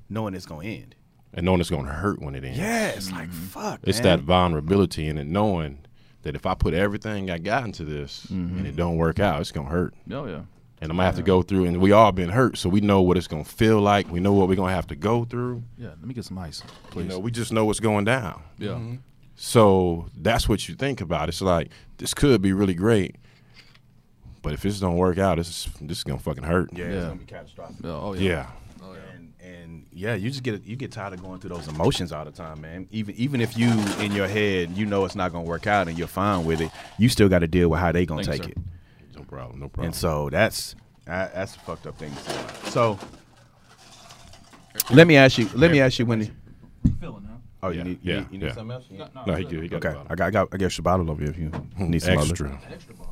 B: knowing it's gonna end.
C: And knowing it's going to hurt when it ends.
B: Yeah, it's like fuck.
C: Mm-hmm. It's that vulnerability in it, knowing that if I put everything I got into this and it don't work out, it's going to hurt.
A: Oh yeah.
C: And I'm going to have to go through, and we all been hurt, so we know what it's going to feel like. We know what we're going to have to go through.
A: Yeah, let me get some ice,
C: You
A: please.
C: know, we just know what's going down.
A: yeah.
C: So that's what you think about. It's like this could be really great, but if this don't work out, this is this is gonna fucking hurt.
B: Yeah,
A: Yeah.
B: it's gonna be catastrophic.
A: Yeah, Oh yeah.
C: Yeah.
B: And and yeah, you just get you get tired of going through those emotions all the time, man. Even even if you in your head you know it's not gonna work out and you're fine with it, you still got to deal with how they gonna
A: Thank you,
B: take
A: sir.
B: it.
C: No problem. No problem.
B: And so that's I, that's a fucked up thing. to say. So let me ask you. Let me ask you, Wendy.
A: Feeling, huh?
B: Oh, you
C: Yeah,
B: need you
C: yeah,
B: need, you need
C: yeah.
B: something else?
C: no, he good. He got
B: Okay, I got, I got I got your bottle over here if you need some other-
C: Extra.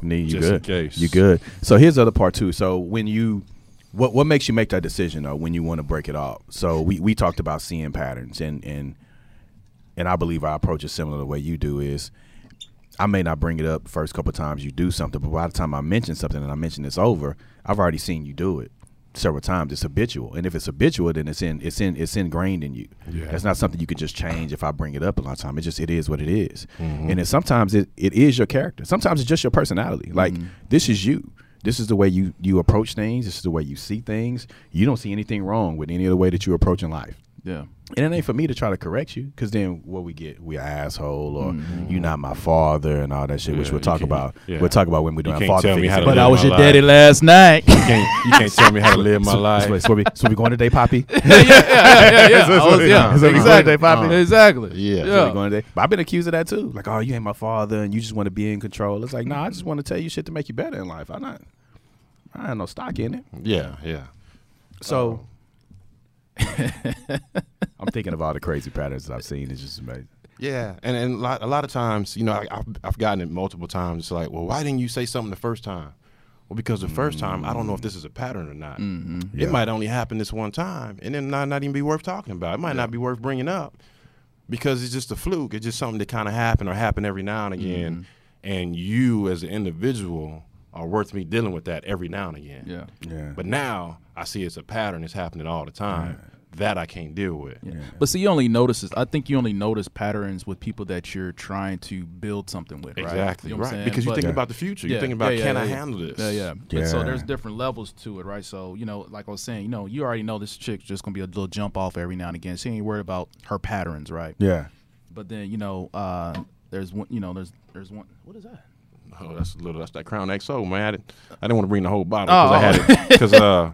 B: Need you
C: Just in
B: good.
C: case.
B: You good. So here's the other part too. So when you what what makes you make that decision though when you want to break it off? So we, we talked about seeing patterns and and and I believe our approach is similar to the way you do is I may not bring it up first couple times you do something, but by the time I mention something and I mention it's over, I've already seen you do it several times. It's habitual. And if it's habitual then it's in it's in it's ingrained in you.
C: Yeah.
B: That's not something you could just change if I bring it up a lot of time. It just it is what it is. And then sometimes it, it is your character. Sometimes it's just your personality. Like this is you. This is the way you you approach things. This is the way you see things. You don't see anything wrong with any of the way that you're approaching life.
A: Yeah.
B: And it ain't for me to try to correct you, because then what we get, we an asshole, or you not my father, and all that shit, which
C: Mm-hmm. Yeah,
B: we'll
C: you
B: talk
C: can't-
B: about.
C: yeah.
B: We'll talk about when we do
C: You
B: our
C: can't
B: father
C: tell me
B: figures.
C: how to
B: But
A: But
C: live
A: I was
C: my
A: your
C: life.
A: daddy last night.
C: You can't, you can't tell me how to live my
B: I- so,
C: life.
B: so we, so we going today, Poppy?
A: yeah, yeah, yeah, yeah. I was, yeah.
B: Is that what you said,
A: exactly.
B: they popping?
A: exactly.
C: Yeah.
B: So we going today? But I've been accused of that too. Like, oh, you ain't my father, and you just want to be in control. It's like, nah, I just want to tell you shit to make you better in life. I'm not, I ain't no stock in it.
C: Yeah. Yeah.
B: So, I'm thinking of all the crazy patterns that I've seen. It's just amazing.
C: Yeah. And and a lot, a lot of times, you know, I, I've I've gotten it multiple times. It's like, well, why didn't you say something the first time? Well, because the first time, I don't know if this is a pattern or not.
B: Yeah.
C: It might only happen this one time, and then not not even be worth talking about. It might not be worth bringing up because it's just a fluke. It's just something that kind of happened or happened every now and again. And you, as an individual, are worth me dealing with that every now and again.
A: Yeah.
B: Yeah.
C: But now I see it's a pattern. It's happening all the time. That I can't deal with.
A: But see, you only notice. I think you only notice patterns with people that you're trying to build something with, right?
C: Exactly
A: You know what
C: right.
A: I'm saying?
C: Because you're
A: But-
C: thinking about the future. You're thinking about can I handle this?
A: Yeah, yeah. But
B: Yeah.
A: so there's different levels to it, right? So you know, like I was saying, you know, you already know this chick's just gonna be a little jump off every now and again. She ain't worried about her patterns, right?
B: Yeah.
A: But then you know, uh, there's one. You know, there's there's one. What is that?
C: Oh, that's a little. That's that Crown XO, man. I didn't. I didn't want to bring the whole bottle
A: Oh,
C: because I had it because uh,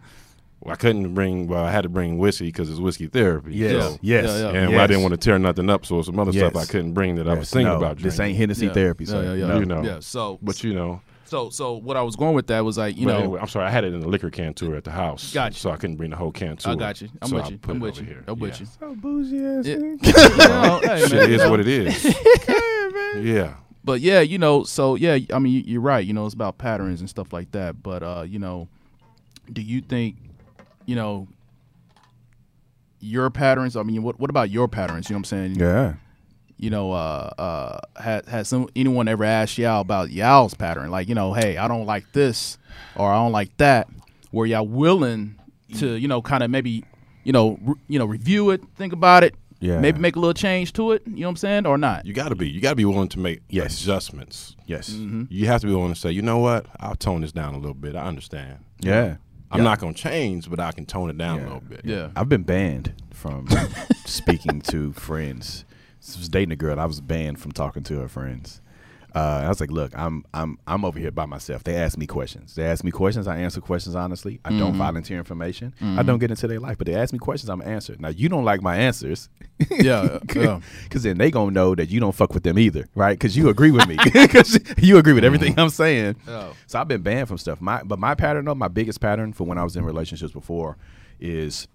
C: well, I couldn't bring. Well, I had to bring whiskey because it's whiskey therapy.
B: Yes.
C: so-
B: Yes.
A: Yeah, yeah.
C: And I didn't want to tear nothing up, so some other
B: Yes.
C: stuff I couldn't bring that I was thinking
B: No,
C: about.
B: this
C: drinking.
B: ain't Hennessy
A: Yeah.
B: therapy.
A: Yeah,
B: sir.
A: yeah, yeah.
C: No. You know.
A: Yeah. So,
C: But you know,
A: so, so what I was going with that was like, you
C: but
A: know,
C: anyway, I'm sorry. I had it in the liquor can tour at the house.
A: Got you.
C: So I couldn't bring the whole can tour.
A: I got you. I'm
C: so
A: with
C: I
A: you.
C: put
A: I'm
C: it
A: with
C: over
A: you.
C: Here.
A: I'm with
C: Yeah.
A: you.
B: So bougie ass.
A: Yeah.
B: nigga.
A: You know, hey,
C: Shit
A: man,
C: is
A: you know.
C: what it is. yeah.
A: but yeah, you know, so yeah, I mean, you- you're right. You know, it's about patterns and stuff like that. But uh, you know, do you think, you know, your patterns? I mean, what what about your patterns? You know what I'm saying?
B: Yeah.
A: You know, uh, uh, has has some anyone ever asked y'all about y'all's pattern? Like, you know, hey, I don't like this or I don't like that. Were y'all willing to,
B: Mm.
A: you know, kind of maybe, you know, re- you know, review it, think about it,
B: Yeah.
A: maybe make a little change to it. You know what I'm saying, or not?
C: You got to be. You got to be willing to make
B: Yes.
C: adjustments.
B: Yes.
C: You have to be willing to say, you know what? I'll tone this down a little bit. I understand.
B: Yeah.
C: I'm not going to change, but I can tone it down a little bit.
A: yeah.
B: I've been banned from speaking to friends. I was dating a girl. and I was banned from talking to her friends. Uh, I was like, "Look, I'm I'm I'm over here by myself." They ask me questions. They ask me questions. I answer questions honestly. I
A: Mm-hmm.
B: don't volunteer information. I don't get into their life, but they ask me questions. I'm answered. Now you don't like my answers,
A: yeah, yeah.
B: because then they gonna know that you don't fuck with them either, right? Because you agree with me, because you agree with everything
A: Mm-hmm.
B: I'm saying. So I've been banned from stuff. My but my pattern though, my biggest pattern for when I was in relationships before is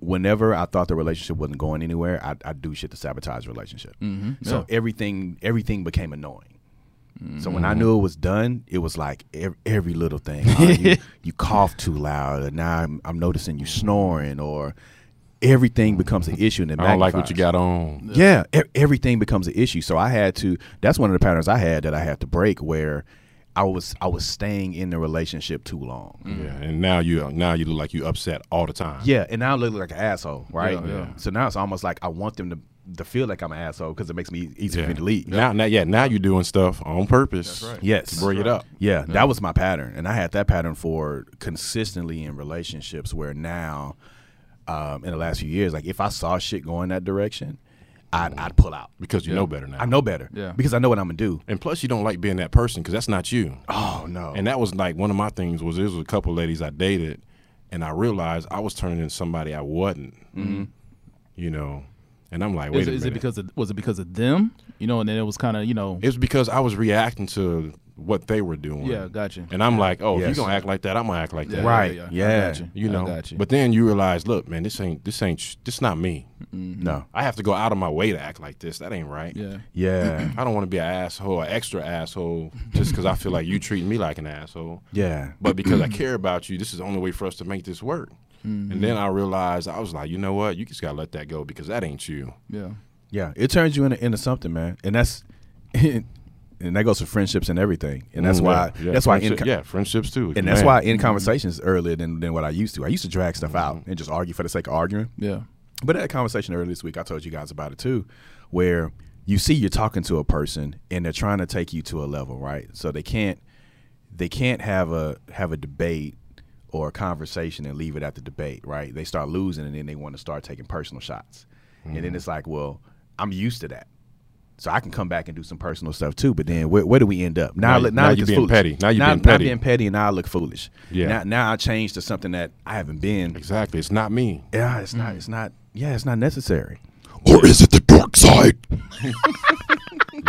B: whenever I thought the relationship wasn't going anywhere, I I do shit to sabotage the relationship.
C: Mm-hmm.
B: So everything everything became annoying. So when
C: Mm-hmm.
B: I knew it was done, it was like every, every little thing. Oh, you, you cough too loud, and now I'm, I'm noticing you snoring, or everything becomes an issue. And it
C: I don't like what you
B: magnifies.
C: got on.
B: Yeah, e- everything becomes an issue. So I had to. That's one of the patterns I had that I had to break, where I was I was staying in the relationship too long.
C: Yeah, and now you uh, now you look like you upset all the time.
B: Mm. Yeah, and now I look like an asshole, right?
A: Yeah, yeah.
B: So now it's almost like I want them to to feel like I'm an asshole because it makes me easier for me to leave.
C: Now, now, yeah, now you're doing stuff on purpose.
B: Yes,
C: Bring it up.
B: Yeah, that was my pattern, and I had that pattern for consistently in relationships. Where now, um, in the last few years, like if I saw shit going that direction, I'd, I'd pull out.
C: because you know better now.
B: I know better,
A: Yeah.
B: because I know what I'm gonna do.
C: And plus, you don't like being that person because that's not you.
B: Oh no,
C: And that was like one of my things was there was a couple ladies I dated, and I realized I was turning into somebody I wasn't. You know, and I'm like, wait
A: Is,
C: a
A: it- is
C: minute.
A: it because of, was it because of them? You know, and then it was kind of you know.
C: It's because I was reacting to what they were doing.
A: Yeah, gotcha.
C: And I'm like, oh, if
B: Yes.
C: you're gonna act like that, I'm gonna act like that.
B: Right,
A: I
B: yeah.
A: got you.
C: You
A: I
C: know.
A: got you.
C: But then you realize, look, man, this ain't this ain't sh- this not me.
B: no,
C: I have to go out of my way to act like this. That ain't right.
A: yeah,
B: yeah.
C: I don't want to be an asshole, an extra asshole, just because I feel like you treating me like an asshole.
B: Yeah.
C: But because I care about you, this is the only way for us to make this work.
B: Mm-hmm.
C: And then I realized I was like, you know what? You just gotta let that go because that ain't you.
A: yeah,
B: Yeah. It turns you into, into something, man. And that's and that goes for friendships and everything. And that's
C: Mm,
B: why
C: yeah, yeah,
B: that's why in
C: friendship,
B: co-
C: yeah, Mm-hmm. friendships too.
B: and that's
C: Man.
B: why in conversations earlier than, than what I used to. I used to drag stuff
C: Mm-hmm.
B: out and just argue for the sake of arguing.
A: yeah,
B: But I had a conversation earlier this week, I told you guys about it too, where you see you're talking to a person and they're trying to take you to a level, right? So they can't they can't have a have a debate or a conversation and leave it at the debate, right? They start losing and then they want to start taking personal shots. And
C: Mm-hmm.
B: then it's like, well, I'm used to that. So I can come back and do some personal stuff too, but then where, where do we end up? Now,
C: Now
B: I
C: you-
B: look- now,
C: now
B: I
C: you
B: look as
C: being
B: foolish.
C: petty. Now you
B: now,
C: being
B: now
C: petty.
B: being petty, and now I look foolish.
C: Yeah.
B: Now, now I change to something that I haven't been
C: Exactly. It's not me.
B: yeah, it's not. It's not. Yeah, it's not necessary.
D: Or is it the dark side?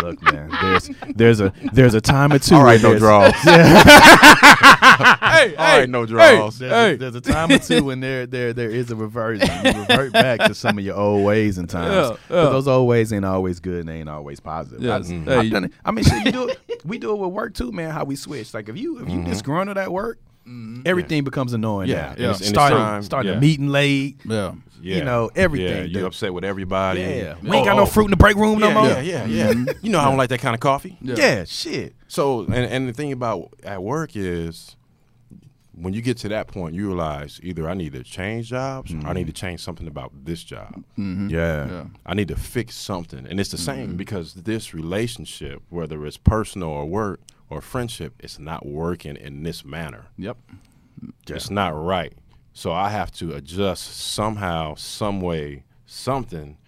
B: Look, man. There's there's a there's a time or two.
C: All
B: where
C: right, no
B: there's-
C: draws. hey, all right, no draws.
B: There's, a, there's a time or two when there there there is a reversion. You revert back to some of your old ways and times.
A: Yeah,
B: But
A: yeah.
B: those old ways ain't always good and they ain't always positive. I,
A: Yes. Hey.
B: have done it. I mean, shit, you do it. We do it with work too, man. How we switch. Like if you if you disgruntled at work, everything becomes annoying.
C: Yeah,
B: now.
C: and
A: Yeah. it's- and
C: it's
B: Starting
C: time,
B: starting
C: yeah.
B: a meeting late.
A: yeah.
C: Yeah.
B: You know everything.
C: Yeah, you
B: dude.
C: upset with everybody. Oh,
B: Yeah. Oh. Mm-hmm. We ain't got no fruit in the break room
C: yeah,
B: no more.
C: Yeah, yeah, yeah. You know I don't like that kind of coffee.
A: Yeah.
B: yeah shit.
C: So, and, and the thing about at work is when you get to that point, you realize either I need to change jobs or I need to change something about this job.
B: Yeah.
A: Yeah.
C: I need to fix something. And it's the same because this relationship, whether it's personal or work or friendship, it's not working in this manner.
A: Yep.
C: It's not right. So I have to adjust somehow, some way, something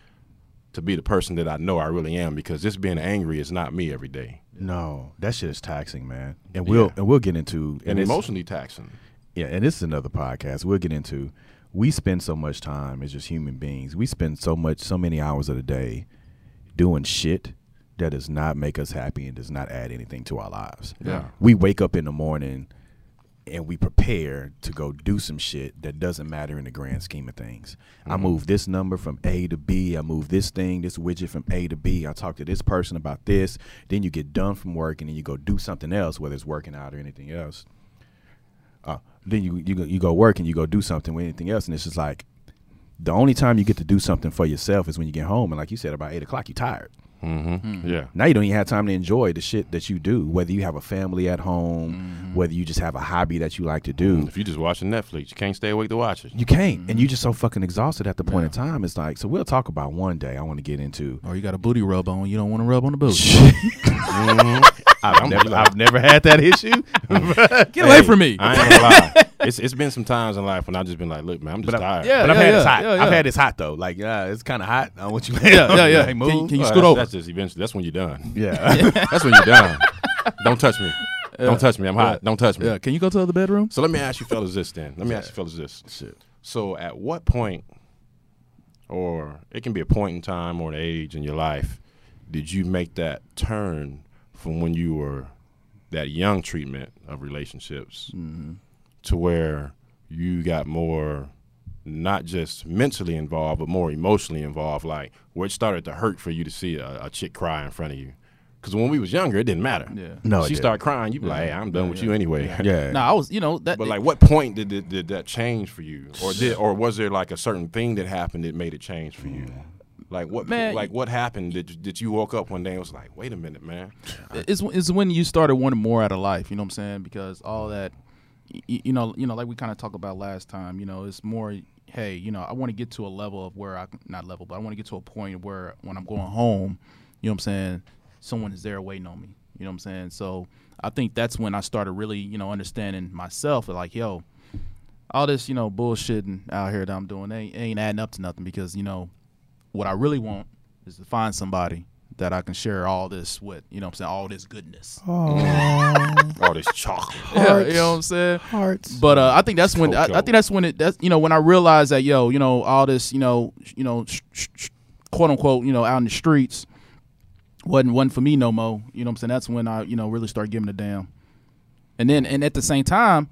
C: to be the person that I know I really am because this being angry is not me every day.
B: No, that shit is taxing, man. And we'll and we'll get into
C: And,
B: it's-
C: emotionally taxing.
B: Yeah, and this is another podcast. We'll get into. We spend so much time as just human beings. We spend so much, so many hours of the day doing shit that does not make us happy and does not add anything to our lives.
A: Yeah.
B: we wake up in the morning and we prepare to go do some shit that doesn't matter in the grand scheme of things. I move this number from A to B. I move this thing, this widget from A to B. I talk to this person about this. Then you get done from work and then you go do something else, whether it's working out or anything else. Uh, then you you go, you go work and you go do something with anything else, and it's just like the only time you get to do something for yourself is when you get home, and like you said, about eight o'clock, you tired.
C: Mm-hmm.
A: Hmm.
C: Yeah.
B: Now you don't even have time to enjoy the shit that you do, whether you have a family at home, whether you just have a hobby that you like to do.
A: Hmm.
C: If you just watching Netflix, you can't stay awake to watch it.
B: You can't, and you just so fucking exhausted at the point in time. It's like, so we'll talk about one day. I want to get into.
A: Or Oh, you got a booty rub on. You don't want to rub on the booty.
B: I've, never, I've never had that issue.
A: Get away from me.
C: I ain't gonna lie. It's it's been some times in life when I've just been like, look, man, I'm just
B: But I,
C: tired.
A: Yeah,
B: but I've
A: yeah,
B: had this
A: yeah,
B: hot.
A: yeah,
B: I've
A: yeah.
B: had this hot though. Like, yeah, it's kind of hot. I want you.
A: yeah, yeah.
B: Like,
A: Can-
B: move.
A: can you
B: All
A: scoot
B: right.
A: over?
C: That's just eventually. That's when you're done.
B: Yeah.
C: That's when you're done. Don't touch me. Don't touch me. I'm hot. Don't touch me.
A: Yeah, can you go to the other bedroom?
C: So let me ask you fellas this then. Let me ask you fellas this.
B: Shit.
C: So at what point or it can be a point in time or an age in your life did you make that turn from when you were that young treatment of relationships
B: Mm-hmm.
C: to where you got more not just mentally involved but more emotionally involved like where it started to hurt for you to see a, a chick cry in front of you because when we was younger it didn't matter
A: Yeah.
B: No, it
C: she
B: didn't.
C: started crying you be like hey, i'm done with you anyway
B: Yeah.
A: No, I was, you know, that
C: but like, what point did, did did that change for you, or did or was there like a certain thing that happened that made it change for you? Like what?
A: Man,
C: like what happened? Did did you woke up one day and was like, wait a minute, man?
A: it's it's when you started wanting more out of life. You know what I'm saying? Because all that, y- y- you know, you know, like we kind of talked about last time. You know, it's more. Hey, you know, I want to get to a level of where I can- not level, but I want to get to a point where when I'm going home, you know what I'm saying, someone is there waiting on me. You know what I'm saying? So I think that's when I started really, you know, understanding myself. Like, yo, all this, you know, bullshitting out here that I'm doing ain't, ain't adding up to nothing because, you know, what I really want is to find somebody that I can share all this with, you know what I'm saying, all this goodness.
C: All this chocolate.
A: Yeah, you know what I'm saying?
B: Hearts.
A: But uh, I think that's when I, I
C: Cocoa.
A: think that's when it that's you know when I realized that yo you know all this you know sh- you know sh- sh- sh- quote unquote you know out in the streets wasn't wasn't for me no more. You know what I'm saying? That's when I you know really start giving a damn. And then and at the same time,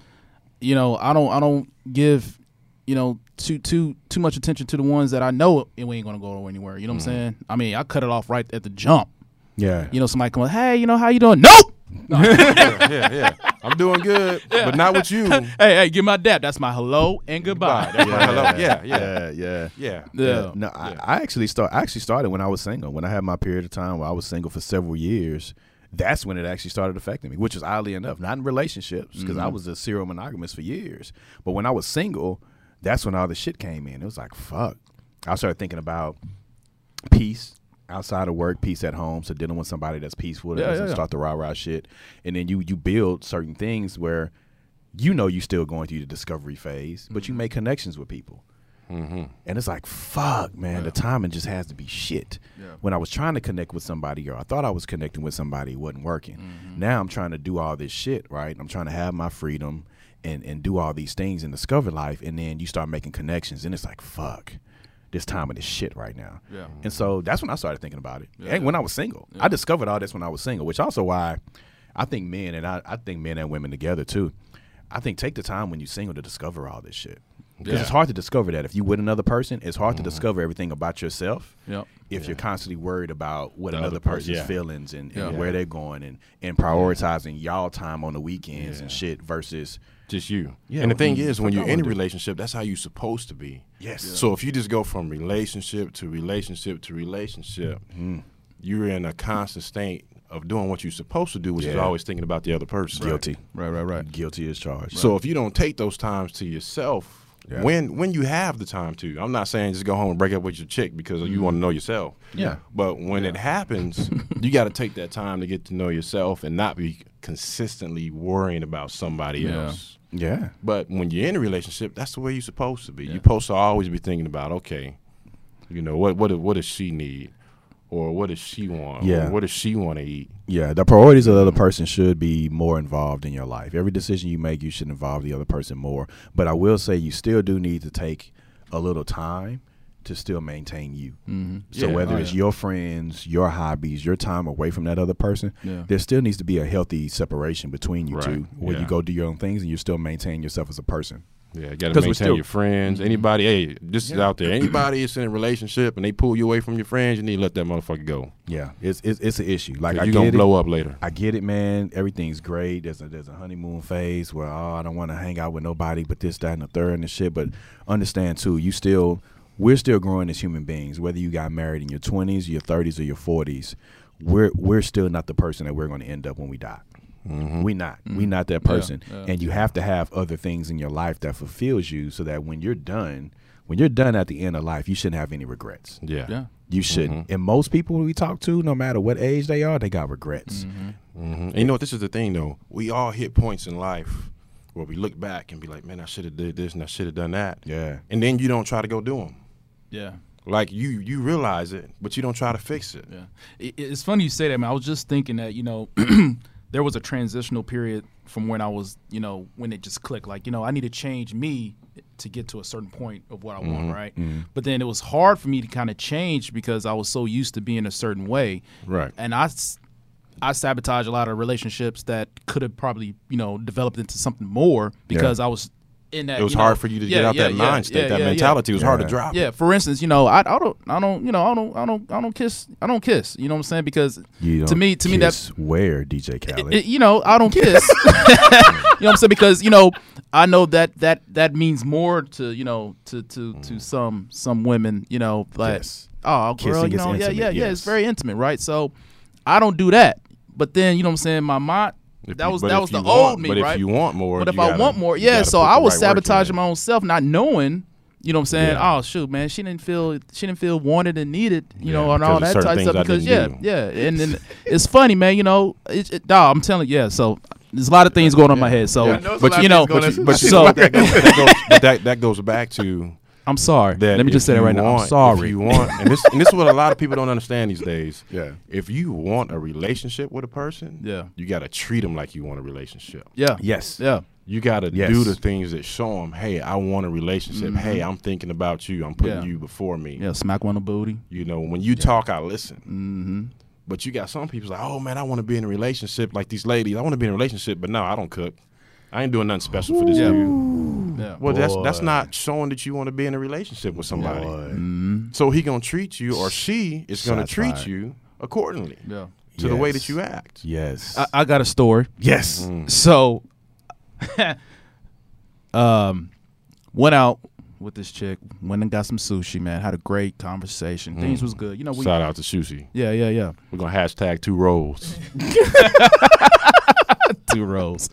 A: you know I don't I don't give you know too too too much attention to the ones that I know and we ain't gonna go anywhere. You know what I'm saying? I mean I cut it off right at the jump.
B: Yeah.
A: You know somebody come up, hey you know how you doing? Nope.
C: yeah, yeah, yeah. I'm doing good, but not with you. Bye.
A: Hey hey give my dad. That's my hello and goodbye.
C: That's my hello. Yeah, yeah, yeah.
B: Yeah. Yeah.
A: Yeah.
B: No, I, I actually start. I actually started when I was single. When I had my period of time where I was single for several years, that's when it actually started affecting me. Which is oddly enough, not in relationships because
A: Mm-hmm.
B: I was a serial monogamous for years. But when I was single, that's when all the shit came in. It was like fuck. I started thinking about peace outside of work, peace at home. So dealing with somebody that's peaceful, that
A: Yeah,
B: doesn't
A: yeah, yeah.
B: start the rah rah shit, and then you you build certain things where you know you still going through the discovery phase, but
A: Mm-hmm.
B: you make connections with people. And it's like, fuck, man, the timing just has to be shit. When I was trying to connect with somebody or I thought I was connecting with somebody, it wasn't working. Now I'm trying to do all this shit, right? I'm trying to have my freedom and, and do all these things and discover life. And then you start making connections and it's like, fuck, this time of this shit right now.
A: Yeah.
B: And so that's when I started thinking about it. and when I was single, I discovered all this when I was single, which also why I think men and I, I think men and women together too. I think take the time when you're single to discover all this shit. Because it's hard to discover that. If you with another person, it's hard to discover everything about yourself.
A: Mm-hmm. Yep.
B: If you're constantly worried about what
C: other
B: another
C: per-
B: person's
C: yeah.
B: feelings and, and
A: Yeah.
B: where they're going and, and prioritizing y'all time on the weekends and shit versus
C: Just you.
B: Yeah,
C: And the
B: what
C: thing
B: do you-
C: is, when
B: fuck
C: you're
B: I
C: in a
B: wanna do?
C: relationship, that's how you're supposed to be.
B: Yes. Yeah.
C: So if you just go from relationship to relationship to relationship,
B: Mm-hmm.
C: you're in a constant state of doing what you're supposed to do, which is
B: Yeah.
C: always thinking about the other person.
B: guilty.
A: Right right right.
B: Guilty as charged.
C: So if you don't take those times to yourself,
B: Yeah.
C: when when you have the time to, I'm not saying just go home and break up with your chick because you want to know yourself.
B: Mm-hmm. Yeah.
C: But when it happens, you got to take that time to get to know yourself and not be consistently worrying about somebody
A: Yeah.
C: else.
B: yeah.
C: But when you're in a relationship, that's the way you're supposed to be. You're supposed to always be thinking about, okay, you know, what what what does she need, or what does she want,
B: Yeah.
C: or what does she want to eat?
B: Yeah, the priorities of the other person should be more involved in your life. Every decision you make, you should involve the other person more. But I will say you still do need to take a little time to still maintain you.
A: Mm-hmm.
B: So
C: Yeah.
B: whether
A: Oh,
B: it's
A: yeah.
B: your friends, your hobbies, your time away from that other person,
A: Yeah.
B: there still needs to be a healthy separation between you
C: Right.
B: two, where
C: Yeah.
B: you go do your own things and you still maintain yourself as a person.
C: Yeah, you
B: 'Cause
C: gotta
B: we
C: maintain
B: still- Mm-hmm.
C: your friends. Anybody, hey, this is out there. Anybody that's in a relationship and they pull you away from your friends, you need to let that motherfucker go.
B: Yeah, it's it's, it's an issue. Like I
C: You're
B: get
C: gonna
B: it.
C: blow up later.
B: I get it, man. Everything's great. There's a there's a honeymoon phase where oh, I don't want to hang out with nobody, but this, that, and the third, and the shit. But understand too, you still we're still growing as human beings. Whether you got married in your twenties, your thirties, or your forties, we're we're still not the person that we're going to end up when we die. We not. We not that person.
A: Mm-hmm. yeah.
B: And you have to have other things in your life that fulfills you, so that when you're done, when you're done at the end of life, you shouldn't have any regrets.
C: Yeah.
A: Yeah.
B: You shouldn't. And most people we talk to, no matter what age they are, they got
A: Mm-hmm.
B: regrets.
C: Mhm. And you know what? This is the thing, though. We all hit points in life where we look back and be like, "Man, I should have did this and I should have done that."
B: Yeah.
C: And then you don't try to go do them.
A: Yeah.
C: Like you, you realize it, but you don't try to fix it.
A: Yeah, it, it's funny you say that, man. I was just thinking that you know there was a transitional period from when I was, you know, when it just clicked. Like you know, I need to change me to get to a certain point of what I
C: Mm-hmm.
A: want, right? But then it was hard for me to kind of change because I was so used to being a certain way,
C: Right.
A: And I. s- I sabotage a lot of relationships that could have probably, you know, developed into something more because I was in that.
C: It was
A: you
C: hard
A: know-
C: for you to
A: Yeah,
C: get out
A: yeah,
C: that
A: yeah,
C: mind state,
A: yeah,
C: that
A: yeah, yeah.
C: mentality. It was hard to
B: Yeah.
C: drop.
A: Yeah, for instance, you know, I, I don't, I don't, you know, I don't, I don't, I don't, I don't kiss, I don't kiss. You know what I'm saying? Because
B: You don't
A: to me, to me that,
B: kiss where DJ Khaled.
A: it- you know, I don't kiss. you know what I'm saying? Because you know, I know that that that means more to you know to to
C: Mm.
A: to some some women. You know, like
B: Yes.
A: oh, girl,
B: Kissing
A: you
B: is
A: know, yeah,
B: intimate,
A: yeah, yeah, it's
B: yes.
A: very intimate, right? So I don't do that. But then you know what I'm saying? My mind.
C: If
A: that
C: you-
A: was
C: but
A: that
C: if
A: was the
C: you
A: old
C: want-
A: me,
C: But
A: right?
C: if you want more,
A: But if
C: you
A: I
C: gotta-
A: want more,
C: you
A: yeah.
C: gotta
A: So
C: put the
A: I was
C: right work in
A: sabotaging
C: it.
A: my own self, not knowing. You know what I'm saying? Oh shoot, man, she didn't feel she didn't feel wanted and needed. You know,
C: Yeah,
A: and all
C: because
A: that
C: of certain
A: type of stuff. Because
C: things I
A: yeah,
C: didn't
A: yeah, and then it's funny, man. You know, it, it, dawg, I'm telling you, yeah. So there's a lot of things going on in my head. So,
B: Yeah, I know it's a lot
A: but you
B: of
A: know,
B: things
A: but,
B: going on.
A: you- but
B: I see
A: so
C: That goes, that goes- but that that goes back to
A: I'm sorry.
C: that.
A: Let me
C: if
A: just say that
C: you
A: right now. I'm
C: want- If
A: sorry.
C: you want, and this and this is what a lot of people don't understand these days.
B: Yeah.
C: If you want a relationship with a person,
A: Yeah.
C: you gotta treat them like you want a relationship.
A: Yeah.
B: yes.
A: Yeah.
C: You gotta
B: Yes.
C: do the things that show them, hey, I want a relationship. Hey, I'm thinking about you. I'm putting
A: Mm-hmm. Yeah.
C: you before me.
A: Yeah. Smack one on the booty.
C: You know, when you talk, I listen. Mm-hmm. But you got some people like, oh man, I want to be in a relationship like these ladies. I want to be in a relationship, but no, I don't cook. I ain't doing nothing special for this
A: Yeah.
C: dude.
A: Yeah.
C: Well, that's that's
B: Boy.
C: not showing that you want to be in a relationship with somebody.
A: mm.
B: Boy.
C: So he gonna treat you, or she is gonna
B: Shots
C: treat
B: fired.
C: you accordingly to
A: Yeah.
C: the way
B: Yes.
C: that you act.
B: Yes.
A: I, I got a story.
B: yes. Mm.
A: So, um, went out with this chick. Went and got some sushi, man. Had a great conversation. Things was good. You know, we
C: Shout out to Susie.
A: yeah, yeah, yeah.
C: We're gonna hashtag two rolls.
A: Two rolls.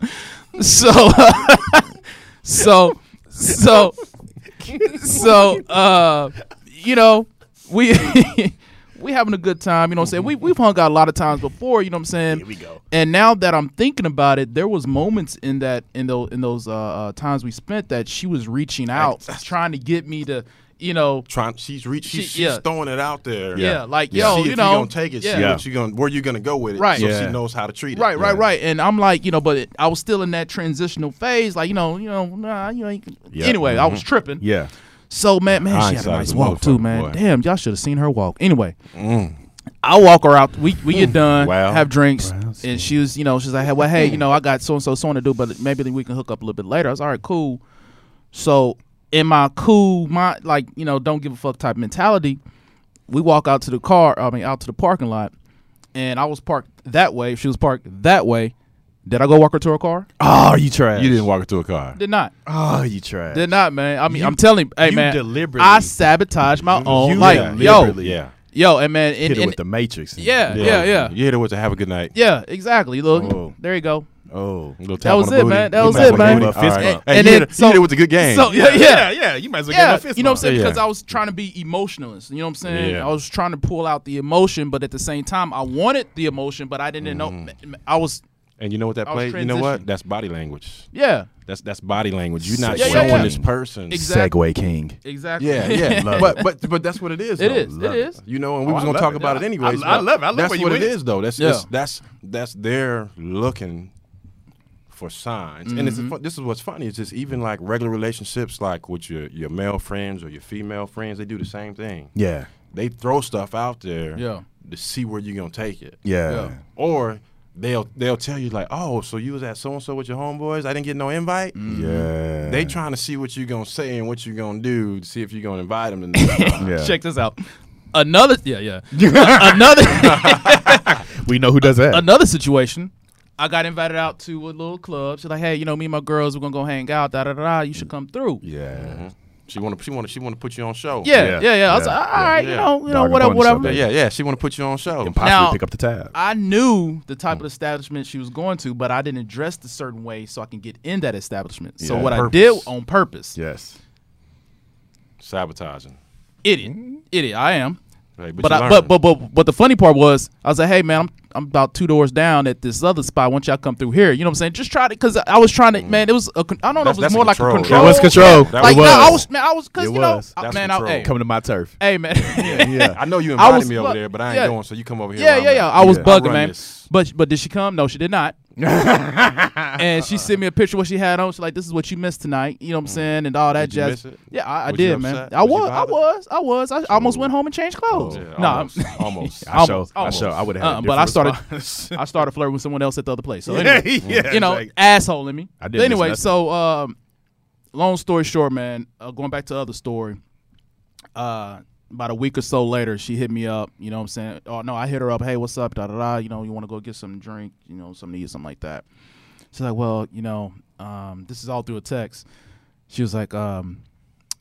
A: So, so, so, so, uh, you know, we. We having a good time, you know what I'm saying? We we've hung out a lot of times before, you know what I'm saying?
B: Here we go.
A: And now that I'm thinking about it, there was moments in that in those in those uh, uh, times we spent that she was reaching out, trying to get me to, you know,
C: Trying, she's reach, she's,
A: She- yeah.
C: she's throwing it out there.
A: yeah, like
C: Yo,
A: yo,
C: see if
A: you
C: you
A: know,
C: gonna take it.
A: yeah.
C: See what you gonna where you gonna go with it.
A: Right.
C: So
B: Yeah.
C: she knows how to treat it.
A: Right, right,
C: Yeah.
A: right, and I'm like, you know, but it, I was still in that transitional phase, like, you know, you know, nah, you know. you can-
B: Yeah. Mm-hmm.
A: Anyway, I was tripping.
B: Yeah.
A: So man, man, she had a
C: Hindsight is
A: nice
C: a
A: walk too,
C: motherfucker,
A: man.
C: boy. Mm.
A: Damn, y'all should have seen her walk. Anyway, I walk her out. We we get done,
C: Wow.
A: have drinks,
B: Wow,
A: and she was, you know, she's like, hey, well, hey, you know, I got so and so so to do, but maybe we can hook up a little bit later. I was all right, cool. So in my cool, my like, you know, don't give a fuck type mentality, we walk out to the car. I mean, out to the parking lot, and I was parked that way. She was parked that way. Did I go walk her to her car?
B: Oh, you trash.
C: You didn't walk into a car.
A: Did not.
B: Oh, you trash.
A: Did not, man. I mean, I'm telling you, hey,
B: you
A: man,
B: deliberately-
A: I sabotage my own.
B: you
A: Like, yo,
B: deliberately
C: Yeah.
A: Yo, and man, and,
B: hit her
A: and-
B: with the Matrix.
A: yeah, yeah, yeah, yeah,
C: You hit her with a have a good night.
A: exactly. Look,
B: Oh.
A: there you go.
B: Oh.
C: Little tap
A: That
C: on
A: was
C: the
A: it,
C: booty.
A: man. That
C: You
A: was
C: might
A: it,
C: wanna
A: man.
C: give it a
B: And-
C: fist bump.
A: and
C: Hey, you
A: then-
C: hit her- you hit
A: so-
C: her with a good game.
A: So yeah, yeah,
B: Yeah. yeah. You might as well
A: yeah.
B: give him a fist
A: You know what I'm saying?
C: Yeah.
A: Because I was trying to be emotionalist. You know what I'm saying?
C: Yeah.
A: I was trying to pull out the emotion, but at the same time, I wanted the emotion, but I didn't
C: Mm-hmm.
A: know. I was
C: And you know what that
A: I was
C: plays? You know what?
A: transitioning.
C: That's body language.
A: yeah,
C: That's that's body language. You're not
B: Yeah,
A: yeah,
C: showing
A: yeah.
C: this person.
A: Exactly.
B: Segway King.
A: exactly.
C: Yeah, yeah.
B: Love
C: but but but that's what it is.
A: it
C: though.
A: is. It
B: love it.
A: is.
C: You know, and we
B: Oh,
C: was
B: I
C: gonna
B: love
C: talk
B: it.
C: about it
B: I-
C: anyways.
B: I- I
C: but
B: love it. I love
C: that's
B: where you
C: what it
B: went.
C: is, though. That's
A: Yeah.
C: that's that's that's they're looking for signs. And
B: Mm-hmm.
C: it's fu- this is what's funny is just even like regular relationships, like with your your male friends or your female friends, they do the same thing.
B: Yeah.
C: They throw stuff out there
A: Yeah.
C: to see where you're gonna take it.
B: Yeah.
A: Yeah.
C: Or they'll they'll tell you like, oh, so you was at so and so with your homeboys. I didn't get no invite.
B: Mm. Yeah.
A: Mm-hmm.
C: They trying to see what you gonna say and what you gonna do to see if you gonna invite them. To next
B: Yeah.
A: Check this out. Another yeah yeah A- another
B: we know who does that.
A: another situation. I got invited out to a little club. She's like, hey, you know, me and my girls, we're gonna go hang out. Da da da. da. You should come through. Mm-hmm.
B: yeah.
C: she wanna she wanna she wanna put you on show.
A: Yeah,
B: Yeah.
A: yeah, yeah. I was
B: Yeah.
A: like, all right,
C: Yeah.
A: you know, you know,
B: Dog up
A: whatever,
B: on
A: whatever.
B: yourself,
C: yeah, yeah. She wanna put you on show.
B: And possibly
A: Now-
B: pick up the tab.
A: I knew the type of establishment she was going to, but I didn't dress the certain way so I can get in that establishment. So
B: Yeah.
A: what
C: Purpose.
A: I did on purpose,
B: yes.
C: Sabotaging.
A: idiot, idiot, I am.
C: Right,
A: But
C: you
A: I, but
C: learn.
A: but but but the funny part was, I was like, hey man, I'm, I'm about two doors down at this other spot. Once y'all come through here, you know what I'm saying? Just try to, cause I was trying to, man. It was a, con- I don't know
C: That's-
A: if it
C: that's
A: was more like a
C: control. It
A: control.
C: was
B: control.
A: Yeah.
B: That
A: Like
B: was.
A: no, I was, man, I was, cause
B: It
A: you know,
B: was.
A: I-
C: That's
A: man, I,
C: control.
A: hey,
B: Coming to my turf.
A: hey man,
B: Yeah.
C: I know you
A: I
C: invited
A: was
C: me over
A: bu-
C: there, but I ain't
A: yeah.
C: going, so you come over here.
A: Yeah,
C: while
A: yeah,
C: I'm
A: yeah.
C: out.
A: I was
B: Yeah.
C: I run
A: bugging, man.
C: this.
A: But but did she come? No, she did not. and she sent me a picture of what she had on. She's like, "This is what you missed tonight." You know what I'm saying, and all that
C: Did you
A: jazz.
C: miss it?
A: Yeah, I, I
C: Was you
A: did, man.
C: upset?
A: I
C: Was you
A: was, I
C: bothered?
A: was, I was. Oh, I almost went home and changed clothes.
C: Yeah,
A: no,
C: almost,
A: I'm-
C: almost.
B: I show.
A: Almost,
B: I show. I would have.
A: Uh, but I started, I started flirting with someone else at the other place. So
B: Yeah,
A: anyway,
B: yeah,
A: you know,
B: exactly.
A: asshole in me.
B: I didn't
A: But anyway,
B: miss nothing.
A: so um, long story short, man. Uh, going back to the other story. Uh, about a week or so later, she hit me up. You know what I'm saying? Oh no, I hit her up. Hey, what's up? Da da da. You know, you want to go get some drink? You know, something to eat, something like that. She's like, well, you know, um, this is all through a text. She was like, um,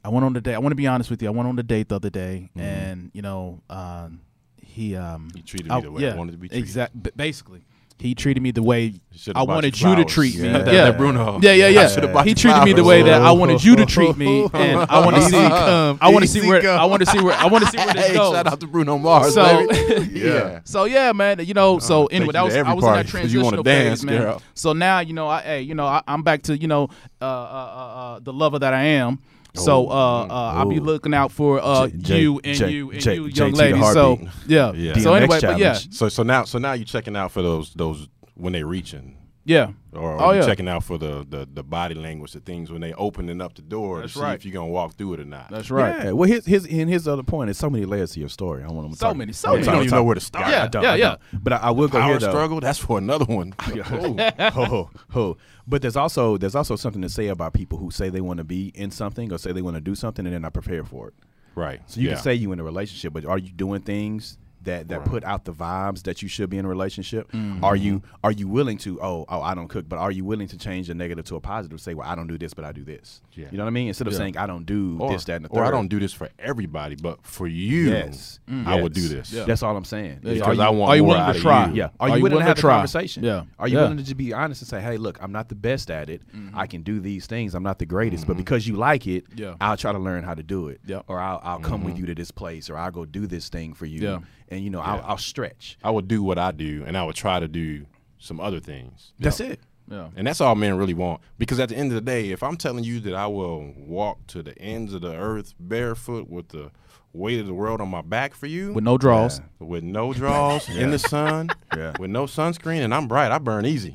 A: I went on the date. I want to be honest with you. I went on the date the other day, and you know, um, he um,
C: You treated me
A: I-
C: the way I wanted to be treated.
A: Exact. Basically, he treated me the way
C: Should've
A: I
C: bought
A: wanted
C: you
A: you to
C: flowers.
A: treat me.
B: Yeah.
A: Yeah,
B: That-
A: yeah,
C: that Bruno.
A: Yeah, yeah,
C: I should've
A: yeah.
C: bought
A: He
C: you
A: treated me the
C: flowers.
A: way that I wanted you to treat me, and I want to see.
B: come.
A: I want to see
B: Easy
A: where.
B: come.
A: I want to see where. I want to see where this
C: Hey, shout
A: goes.
C: out to Bruno Mars,
A: So,
C: baby.
B: Yeah.
A: so yeah, man. You know, so anyway,
C: Uh, you
A: that
C: to
A: was
C: every
A: I was in that
C: party 'cause you
A: transitional
C: wanna dance,
A: phase, man.
C: girl.
A: So now you know, I hey, you know, I, I'm back to you know, uh, uh, uh, uh, the lover that I am. So
C: Oh,
A: uh, uh,
C: mm.
A: I'll be
B: Ooh.
A: looking out for uh,
B: J- J-
A: you and
B: J-
A: you and
B: J-
A: you,
B: JT
A: young
B: the
A: lady. So
B: heartbeat.
A: yeah,
C: Yeah.
A: So
B: DMX
A: anyway, but yeah,
B: challenge.
C: So so now so now you're checking out for those those when they reaching.
A: yeah.
C: Or
A: Oh,
C: are you
A: yeah.
C: checking out for the, the, the body language, the things when they opening up the door
A: That's
C: to see
A: right.
C: if you're gonna walk through it or not.
A: That's right.
B: Yeah. Well, his his and his other point is so many layers to your story. I don't want to
A: So
B: talk,
A: many, so
B: I wanna
A: many.
B: talk-
A: You don't
C: even
B: talk-
C: know where to start.
B: I
A: Yeah,
B: don't,
A: yeah,
B: I
A: yeah.
B: don't. But I, I will go
C: Power
B: here though.
C: struggle, that's for another one. Oh.
B: ho, ho, ho. But there's also there's also something to say about people who say they want to be in something or say they want to do something and they're not prepared for it.
C: Right.
B: So you
C: Yeah.
B: can say you in a relationship, but are you doing things that that put out the vibes that you should be in a relationship?
C: Mm-hmm.
B: Are you are you willing to oh oh I don't cook, but are you willing to change the negative to a positive? Say well I don't do this, but I do this.
C: Yeah.
B: You know what I mean? Instead of saying I don't do
C: or,
B: this, that, and the third.
C: or I don't do this for everybody, but for you,
B: Yes, Mm.
C: I
B: Yes.
C: would do this.
B: That's all I'm saying. Is
C: Because
B: are you-
C: I want
A: are you
C: more
A: willing to
C: out of
A: try?
C: you.
B: yeah. Mm-hmm. Are,
A: Are
B: you,
A: you
B: willing to
A: willing
B: have
A: to
B: the
A: try?
B: conversation?
A: Yeah.
B: Are you
A: Yeah.
B: willing to just be honest and say, hey, look, I'm not the best at it. I can do these things. I'm not the greatest, but because you like it,
A: Yeah.
B: I'll try to learn how to do it.
A: Yep.
B: Or I'll, I'll come with you to this place, or I'll go do this thing for you.
A: Yeah.
B: And you know, I'll, I'll stretch.
C: I would do what I do, and I would try to do some other things.
B: That's it.
A: Yeah.
C: And that's all men really want. Because at the end of the day, if I'm telling you that I will walk to the ends of the earth barefoot with the weight of the world on my back for you,
A: With no draws.
C: with no draws in the sun,
B: Yeah.
C: with no sunscreen, and I'm bright, I burn easy.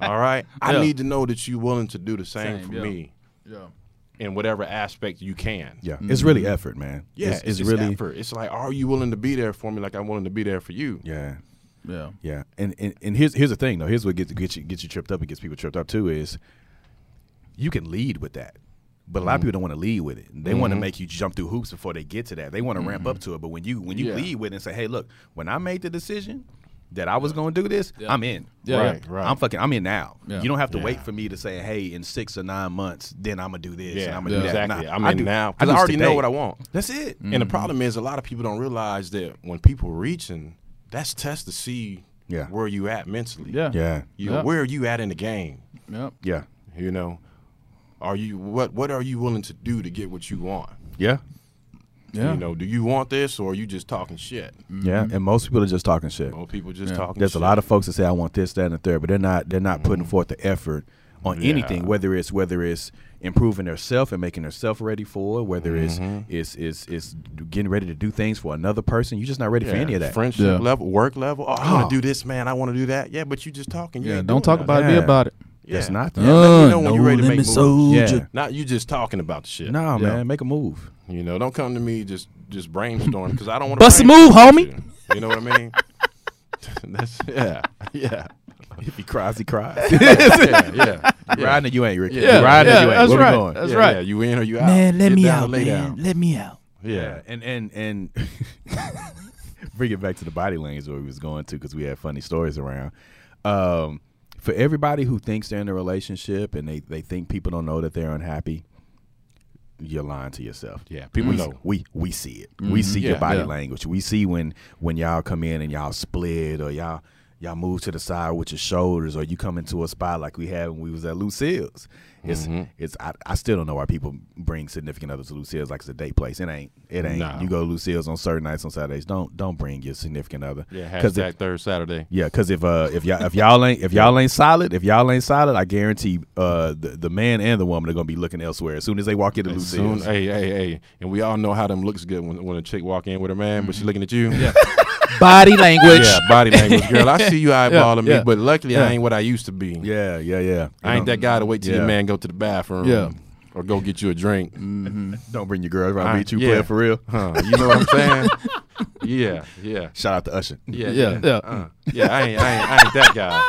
C: All right, I
A: Yeah.
C: need to know that you're willing to do the same,
A: Same,
C: for
A: yeah.
C: me
A: Yeah.
C: in whatever aspect you can.
B: Yeah. It's really effort, man.
C: yeah,
B: It's, it's
C: just
B: really.
C: effort. It's like, are you willing to be there for me? Like I'm willing to be there for you.
B: Yeah.
A: Yeah.
B: Yeah, and, and and here's here's the thing though. Here's what gets gets you gets you tripped up and gets people tripped up too is you can lead with that, but a lot of
C: Mm-hmm.
B: people don't want to lead with it. They want to make you jump through hoops before they get to that. They want to ramp
C: Mm-hmm.
B: up to it, but when you when you
A: Yeah.
B: lead with it and say, "Hey, look, when I made the decision that I was going to do this, I'm in.
A: Yeah.
C: Right, right.
B: I'm fucking. I'm in now.
A: Yeah.
B: You don't have to
C: Yeah.
B: wait for me to say, "Hey, in six or nine months, then I'm gonna do this and
C: Yeah,
B: I'm gonna do that."
C: exactly.
B: Nah,
C: I'm
B: I
C: in
B: do-
C: now
B: do
C: because I,
B: this
C: already know
B: today.
C: what I want.
B: That's it.
C: And
A: Mm-hmm.
C: the problem is, a lot of people don't realize that when people reaching, that's test to see
B: Yeah.
C: where you at mentally.
A: Yeah.
B: Yeah.
C: you know,
A: Yeah.
C: where are you at in the game?
A: Yep.
B: Yeah.
C: You know, are you what? What are you willing to do to get what you want?
B: Yeah.
A: Yeah.
C: You know, do you want this or are you just talking shit?
B: Yeah. And most people are just talking shit.
C: Mm-hmm. Most people just talking.
B: There's
C: shit.
B: a lot of folks that say I want this, that, and the third, but they're not they're not putting forth the effort on anything. Whether it's whether it's improving themselves and making themselves ready for, it, whether it's it's it's it's getting ready to do things for another person. You're just not ready for
C: Yeah,
B: any of that. Oh.
C: Friendship
A: Yeah.
C: level, work level. Oh, I want to do this, man. I want to do that. Yeah, but you just talking. You
A: Yeah.
C: ain't
A: Don't
C: doing
A: talk about
C: nothing.
A: it. Be
B: Yeah.
A: about it.
B: That's not the.
C: Yeah, let me know when you're ready to make
A: limit
C: moves.
A: soldier.
B: Yeah.
C: Not you just talking about the shit.
B: Nah,
A: Yeah.
B: man, make a move.
C: You know, don't come to me just just brainstorm because I don't want to
A: Bust a move, homie.
C: You know what I mean? That's yeah, yeah,
B: If he cries, he cries.
C: yeah, yeah.
B: Riding or you ain't, Ricky.
C: Yeah.
B: You riding or
A: Yeah,
B: you ain't.
A: that's
B: Where
A: right.
B: we going?
A: That's
C: yeah,
A: right.
C: Yeah, you in or you out? Get down or lay down.
A: Let me out.
C: Yeah,
B: and and and bring it back to the body lanes where we was going to because we had funny stories around. Um, for everybody who thinks they're in a relationship and they they think people don't know that they're unhappy, you're lying to yourself.
C: Yeah, people
B: we,
C: know.
B: We we see it. We see your
C: Mm-hmm. Yeah,
B: body
C: yeah.
B: language. We see when when y'all come in and y'all split or y'all. Y'all move to the side with your shoulders, or you come into a spot like we had when we was at Lucille's. It's
C: Mm-hmm.
B: it's I, I still don't know why people bring significant others to Lucille's like it's a date place. It ain't it ain't.
C: Nah.
B: You go to Lucille's on certain nights on Saturdays. Don't don't bring your significant other.
C: yeah.
B: Cause
C: Hashtag
B: if,
C: third Saturday.
B: yeah, because if uh if y'all if y'all ain't if y'all ain't solid if y'all ain't solid, I guarantee uh the, the man and the woman are gonna be looking elsewhere as soon as they walk into
C: As soon,
B: Lucille's.
C: hey, hey, hey, and we all know how them looks good when, when a chick walk in with her man,
B: Mm-hmm.
C: but she looking at you. Yeah,
A: Body language.
C: yeah. Body language, girl. I see you eyeballing
B: yeah.
C: me, but luckily
B: Yeah.
C: I ain't what I used to be.
B: yeah, yeah, yeah.
C: I ain't that guy to wait till
B: Yeah.
C: your man go to the bathroom.
A: Yeah.
C: or go get you a drink.
B: Don't bring your girl around
C: I-
B: beat you
C: yeah.
B: player for real.
C: Huh, you know what I'm saying? yeah, yeah,
B: Shout out to Usher.
C: yeah,
A: Yeah,
C: yeah.
A: yeah.
C: Uh, yeah, I ain't, I ain't, I ain't that guy.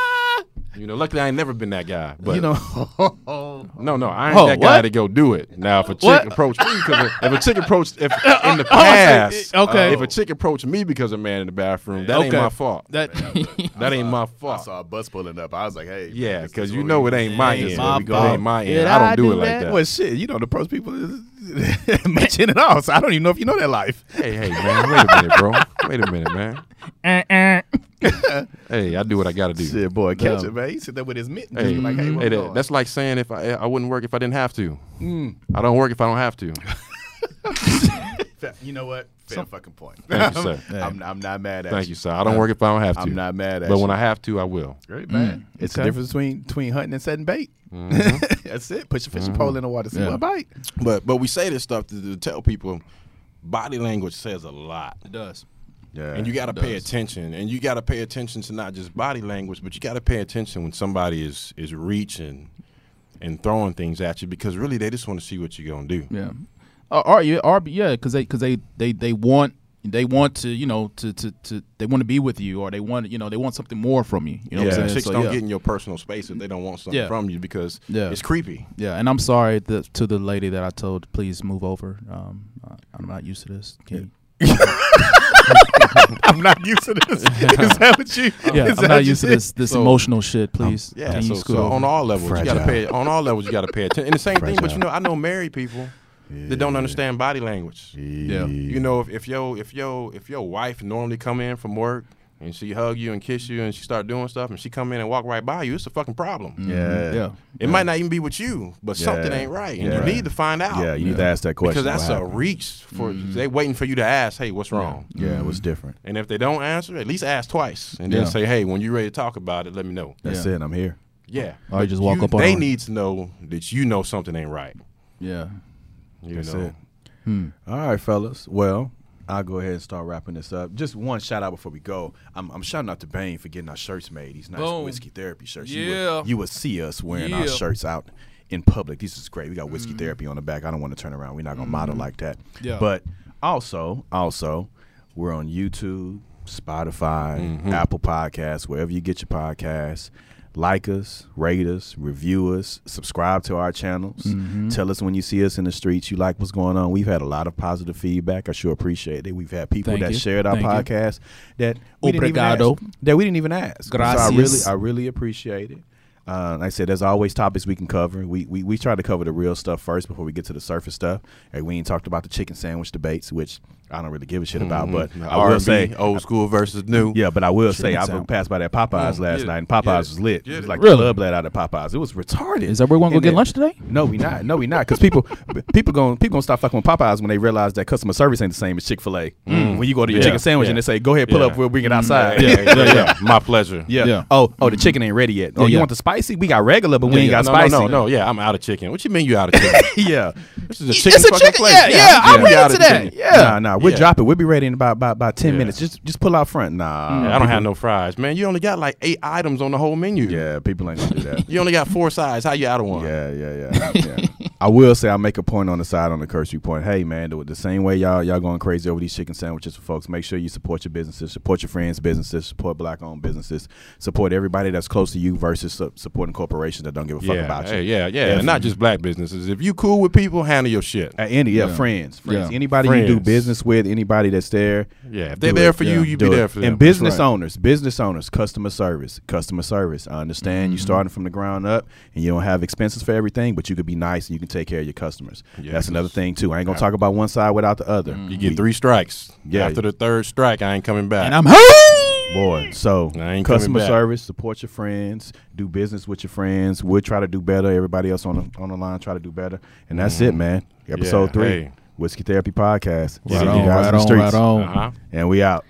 C: You know, luckily I ain't never been that guy. But
B: you know,
C: no, no, I ain't
A: Oh,
C: that guy
A: what?
C: to go do it. Now, if a chick
A: What?
C: approached me, because if a chick approached, if in the past, uh,
A: okay.
C: if a chick approached me because a man in the bathroom, that ain't
A: Okay.
C: my fault. That,
A: That-
C: ain't my
B: I
C: fault.
B: saw a bus pulling up. I was like, hey,
C: Yeah,
B: this
C: because
B: is
C: you
B: what
C: know
B: we-
C: it ain't my
A: This is
C: end.
A: my
C: It ain't
A: fault.
C: my end.
A: Did
C: I don't
A: I
C: do,
A: do
C: it like
A: that?
C: that.
B: Well, shit, you don't approach people much in at all. So I don't even know if you know that life.
C: Hey, hey, man, wait a minute, bro. Wait a minute, man.
A: uh,
C: Hey, I do what I got to do.
B: Shit, boy, catch
A: No.
B: it, man. He sit there with his mitt and just
C: Hey,
B: be like, hey, where
C: hey,
B: we
C: that-
B: going? Hmm.
C: that's like saying if I I wouldn't work if I didn't have to. I don't work if I don't have to.
B: Fa- you know what? Fair fucking point.
C: Thank you, sir.
B: I'm, I'm not mad at
C: Thank you, sir. I don't work if I don't have to.
B: I'm not mad at
C: But
B: you.
C: when I have to, I will.
B: Great man. It's the
A: mm, Okay.
B: difference between between hunting and setting bait.
C: Mm-hmm.
B: that's it. Put your fishing pole in the water, see
A: Mm-hmm. Yeah.
B: what bite.
C: But but we say this stuff to, to tell people. Body language says a lot,
A: It does.
B: Yeah.
C: and you got to pay attention. And you got to pay attention to not just body language, but you got to pay attention when somebody is is reaching and throwing things at you because really they just want to see what you're gonna do.
A: Yeah. Uh, R, yeah, R, yeah, because they, cause they, they, they want, they want to, you know, to, to, to, they want to be with you, or they want, you know, they want something more from you. You know what I'm
C: Yeah,
A: saying?
C: chicks
A: So,
C: don't
A: yeah.
C: get in your personal space if they don't want something
A: Yeah.
C: from you because
A: Yeah.
C: it's creepy.
A: Yeah, and I'm sorry that, to the lady that I told, please move over. Um, I- I'm not used to this. Can you-
B: I'm not used to this. is that what you?
A: Yeah,
B: is
A: I'm
B: that
A: not
B: what you
A: used to
B: did?
A: this this emotional shit. Please,
C: Yeah,
A: can you
C: so,
A: scoot
C: so
A: over?
C: on all levels, you
B: Fragile.
C: gotta pay. On all levels, you gotta pay attention. And the same thing, but
B: Fragile.
C: you know, I know married people that don't understand body language.
A: Yeah.
C: You know, if, if yo if yo if your wife normally come in from work and she hug you and kiss you and she start doing stuff and she come in and walk right by you, it's a fucking problem.
B: Mm-hmm. Yeah.
A: Mm-hmm. yeah,
C: It might not even be with you, but something
B: Mm-hmm. Yeah.
C: ain't right, and
B: Yeah.
C: you need to find out.
B: Yeah, you need to ask that question.
C: Oh, because that's
B: What
C: a
B: happened? Mm-hmm.
C: reach for they waiting for you to ask. Hey, what's wrong?
B: yeah,
A: Mm-hmm.
B: it was different.
C: And if they don't answer, at least ask twice, and
A: Yeah.
C: then say, "Hey, when you're ready to talk about it, let me know."
B: That's
A: Yeah.
B: it. I'm here.
C: Yeah.
A: Or you
C: But
A: just walk
C: you-
A: up on
C: They
A: her.
C: need to know that you know something ain't right.
A: yeah.
C: You
B: That's
C: know.
B: it. All right, fellas. Well, I'll go ahead and start wrapping this up. Just one shout out before we go. I'm, I'm shouting out to Bane for getting our shirts made. These nice
A: Boom.
B: whiskey therapy shirts. You
A: Yeah.
B: would, you would see us wearing our
A: Yeah.
B: shirts out in public. This is great. We got whiskey therapy on the back. I don't want to turn around. We're not gonna model like that.
A: Mm-hmm. Yeah.
B: But also, also, we're on YouTube, Spotify, Apple Podcasts, wherever you get your podcasts. Like us, rate us, review us, subscribe to our channels.
A: Mm-hmm.
B: Tell us when you see us in the streets you like what's going on. We've had a lot of positive feedback. I sure appreciate it. We've had people
A: Thank
B: that
A: you.
B: shared our
A: Thank you.
B: podcast that we didn't even
A: Obrigado.
B: ask- that we didn't even ask. So I really,
A: Gracias.
B: I really appreciate it. Uh, like I said, there's always topics we can cover. We, we we try to cover the real stuff first before we get to the surface stuff. And we ain't talked about the chicken sandwich debates, which I don't really give a shit about. But I will
C: R&B,
B: say,
C: old school versus new.
B: yeah, but I will say I
A: sandwich.
B: passed by that Popeyes last
C: it.
B: night, and
C: Get
B: Popeyes
C: it.
B: was lit.
C: Get
B: it was
C: it.
B: like
A: Really?
B: the club let out of Popeyes. It was retarded.
A: Is everyone gonna
B: And
A: go get
B: then-
A: lunch today?
B: No, we not. No, we not. Because people people going people gonna stop fucking with Popeyes when they realize that customer service ain't the same as Chick Fil A. When you go to your
C: Yeah.
B: chicken sandwich and
C: Yeah.
B: they say, "Go ahead, pull
C: Yeah.
B: up. We'll bring it outside."
C: yeah, yeah, yeah. My pleasure.
B: Yeah.
A: Yeah.
B: Oh, oh, the chicken ain't ready yet. Oh,
A: Yeah,
B: you
A: yeah.
B: want the
E: spicy. We got regular, but we ain't
C: yeah,
E: got
C: no,
E: spicy.
C: No, no, no. Yeah, I'm out of chicken. What you mean you out of chicken?
E: yeah.
C: this is a
E: It's
C: chicken
E: a
C: fucking
E: chicken-
C: place.
E: yeah, yeah, I'm
C: we
E: ready
C: out
E: to
C: of
E: that.
C: chicken.
E: Yeah.
B: Nah, nah, we'll
C: Yeah.
B: drop it. We'll be ready in about about, about ten
C: Yeah.
B: minutes. Just just pull out front. Nah,
C: Yeah, I don't
B: people-
C: have no fries, man. You only got like eight items on the whole menu.
B: Yeah, people ain't gonna do that.
C: You only got four sides. How you out of one?
B: Yeah, yeah, yeah. yeah. I will say I make a point on the side on the cursory point. Hey, man, the, the same way y'all y'all going crazy over these chicken sandwiches for folks. Make sure you support your businesses, support your friends' businesses, support black-owned businesses, support everybody that's close to you versus su- supporting corporations that don't give a fuck
C: yeah,
B: about
C: hey,
B: you.
C: yeah, yeah. And not just black businesses. If you cool with people, handle your shit.
B: Uh, Any, yeah, friends, friends,
A: Yeah.
B: anybody you do
C: Friends.
B: business with, anybody that's there.
C: Yeah, if
B: do
C: they're there
B: it.
C: for you,
B: Yeah.
C: you
B: Do
C: be
B: it.
C: there for them.
B: And business
C: That's right.
B: owners, business owners, customer service, customer service. I understand
C: Mm-hmm.
B: you starting from the ground up and you don't have expenses for everything, but you could be nice and you can take care of your customers. That's
C: Yes. Mm-hmm.
B: another thing too. I ain't gonna talk about one side without the other.
C: You get three strikes.
B: Yeah.
C: After the third strike, I ain't coming back.
A: And I'm home.
B: Boy, so
C: I ain't
B: customer
C: coming back.
B: service, support your friends, do business with your friends. We'll try to do better. Everybody else on the on the line try to do better, and that's it, man. Episode
C: Mm-hmm. Yeah,
B: three,
C: hey.
B: Whiskey Therapy Podcast.
A: Right
B: See you
A: on,
B: guys
A: right
B: in the
A: on,
B: streets,
A: right on.
C: uh-huh.
B: and we out.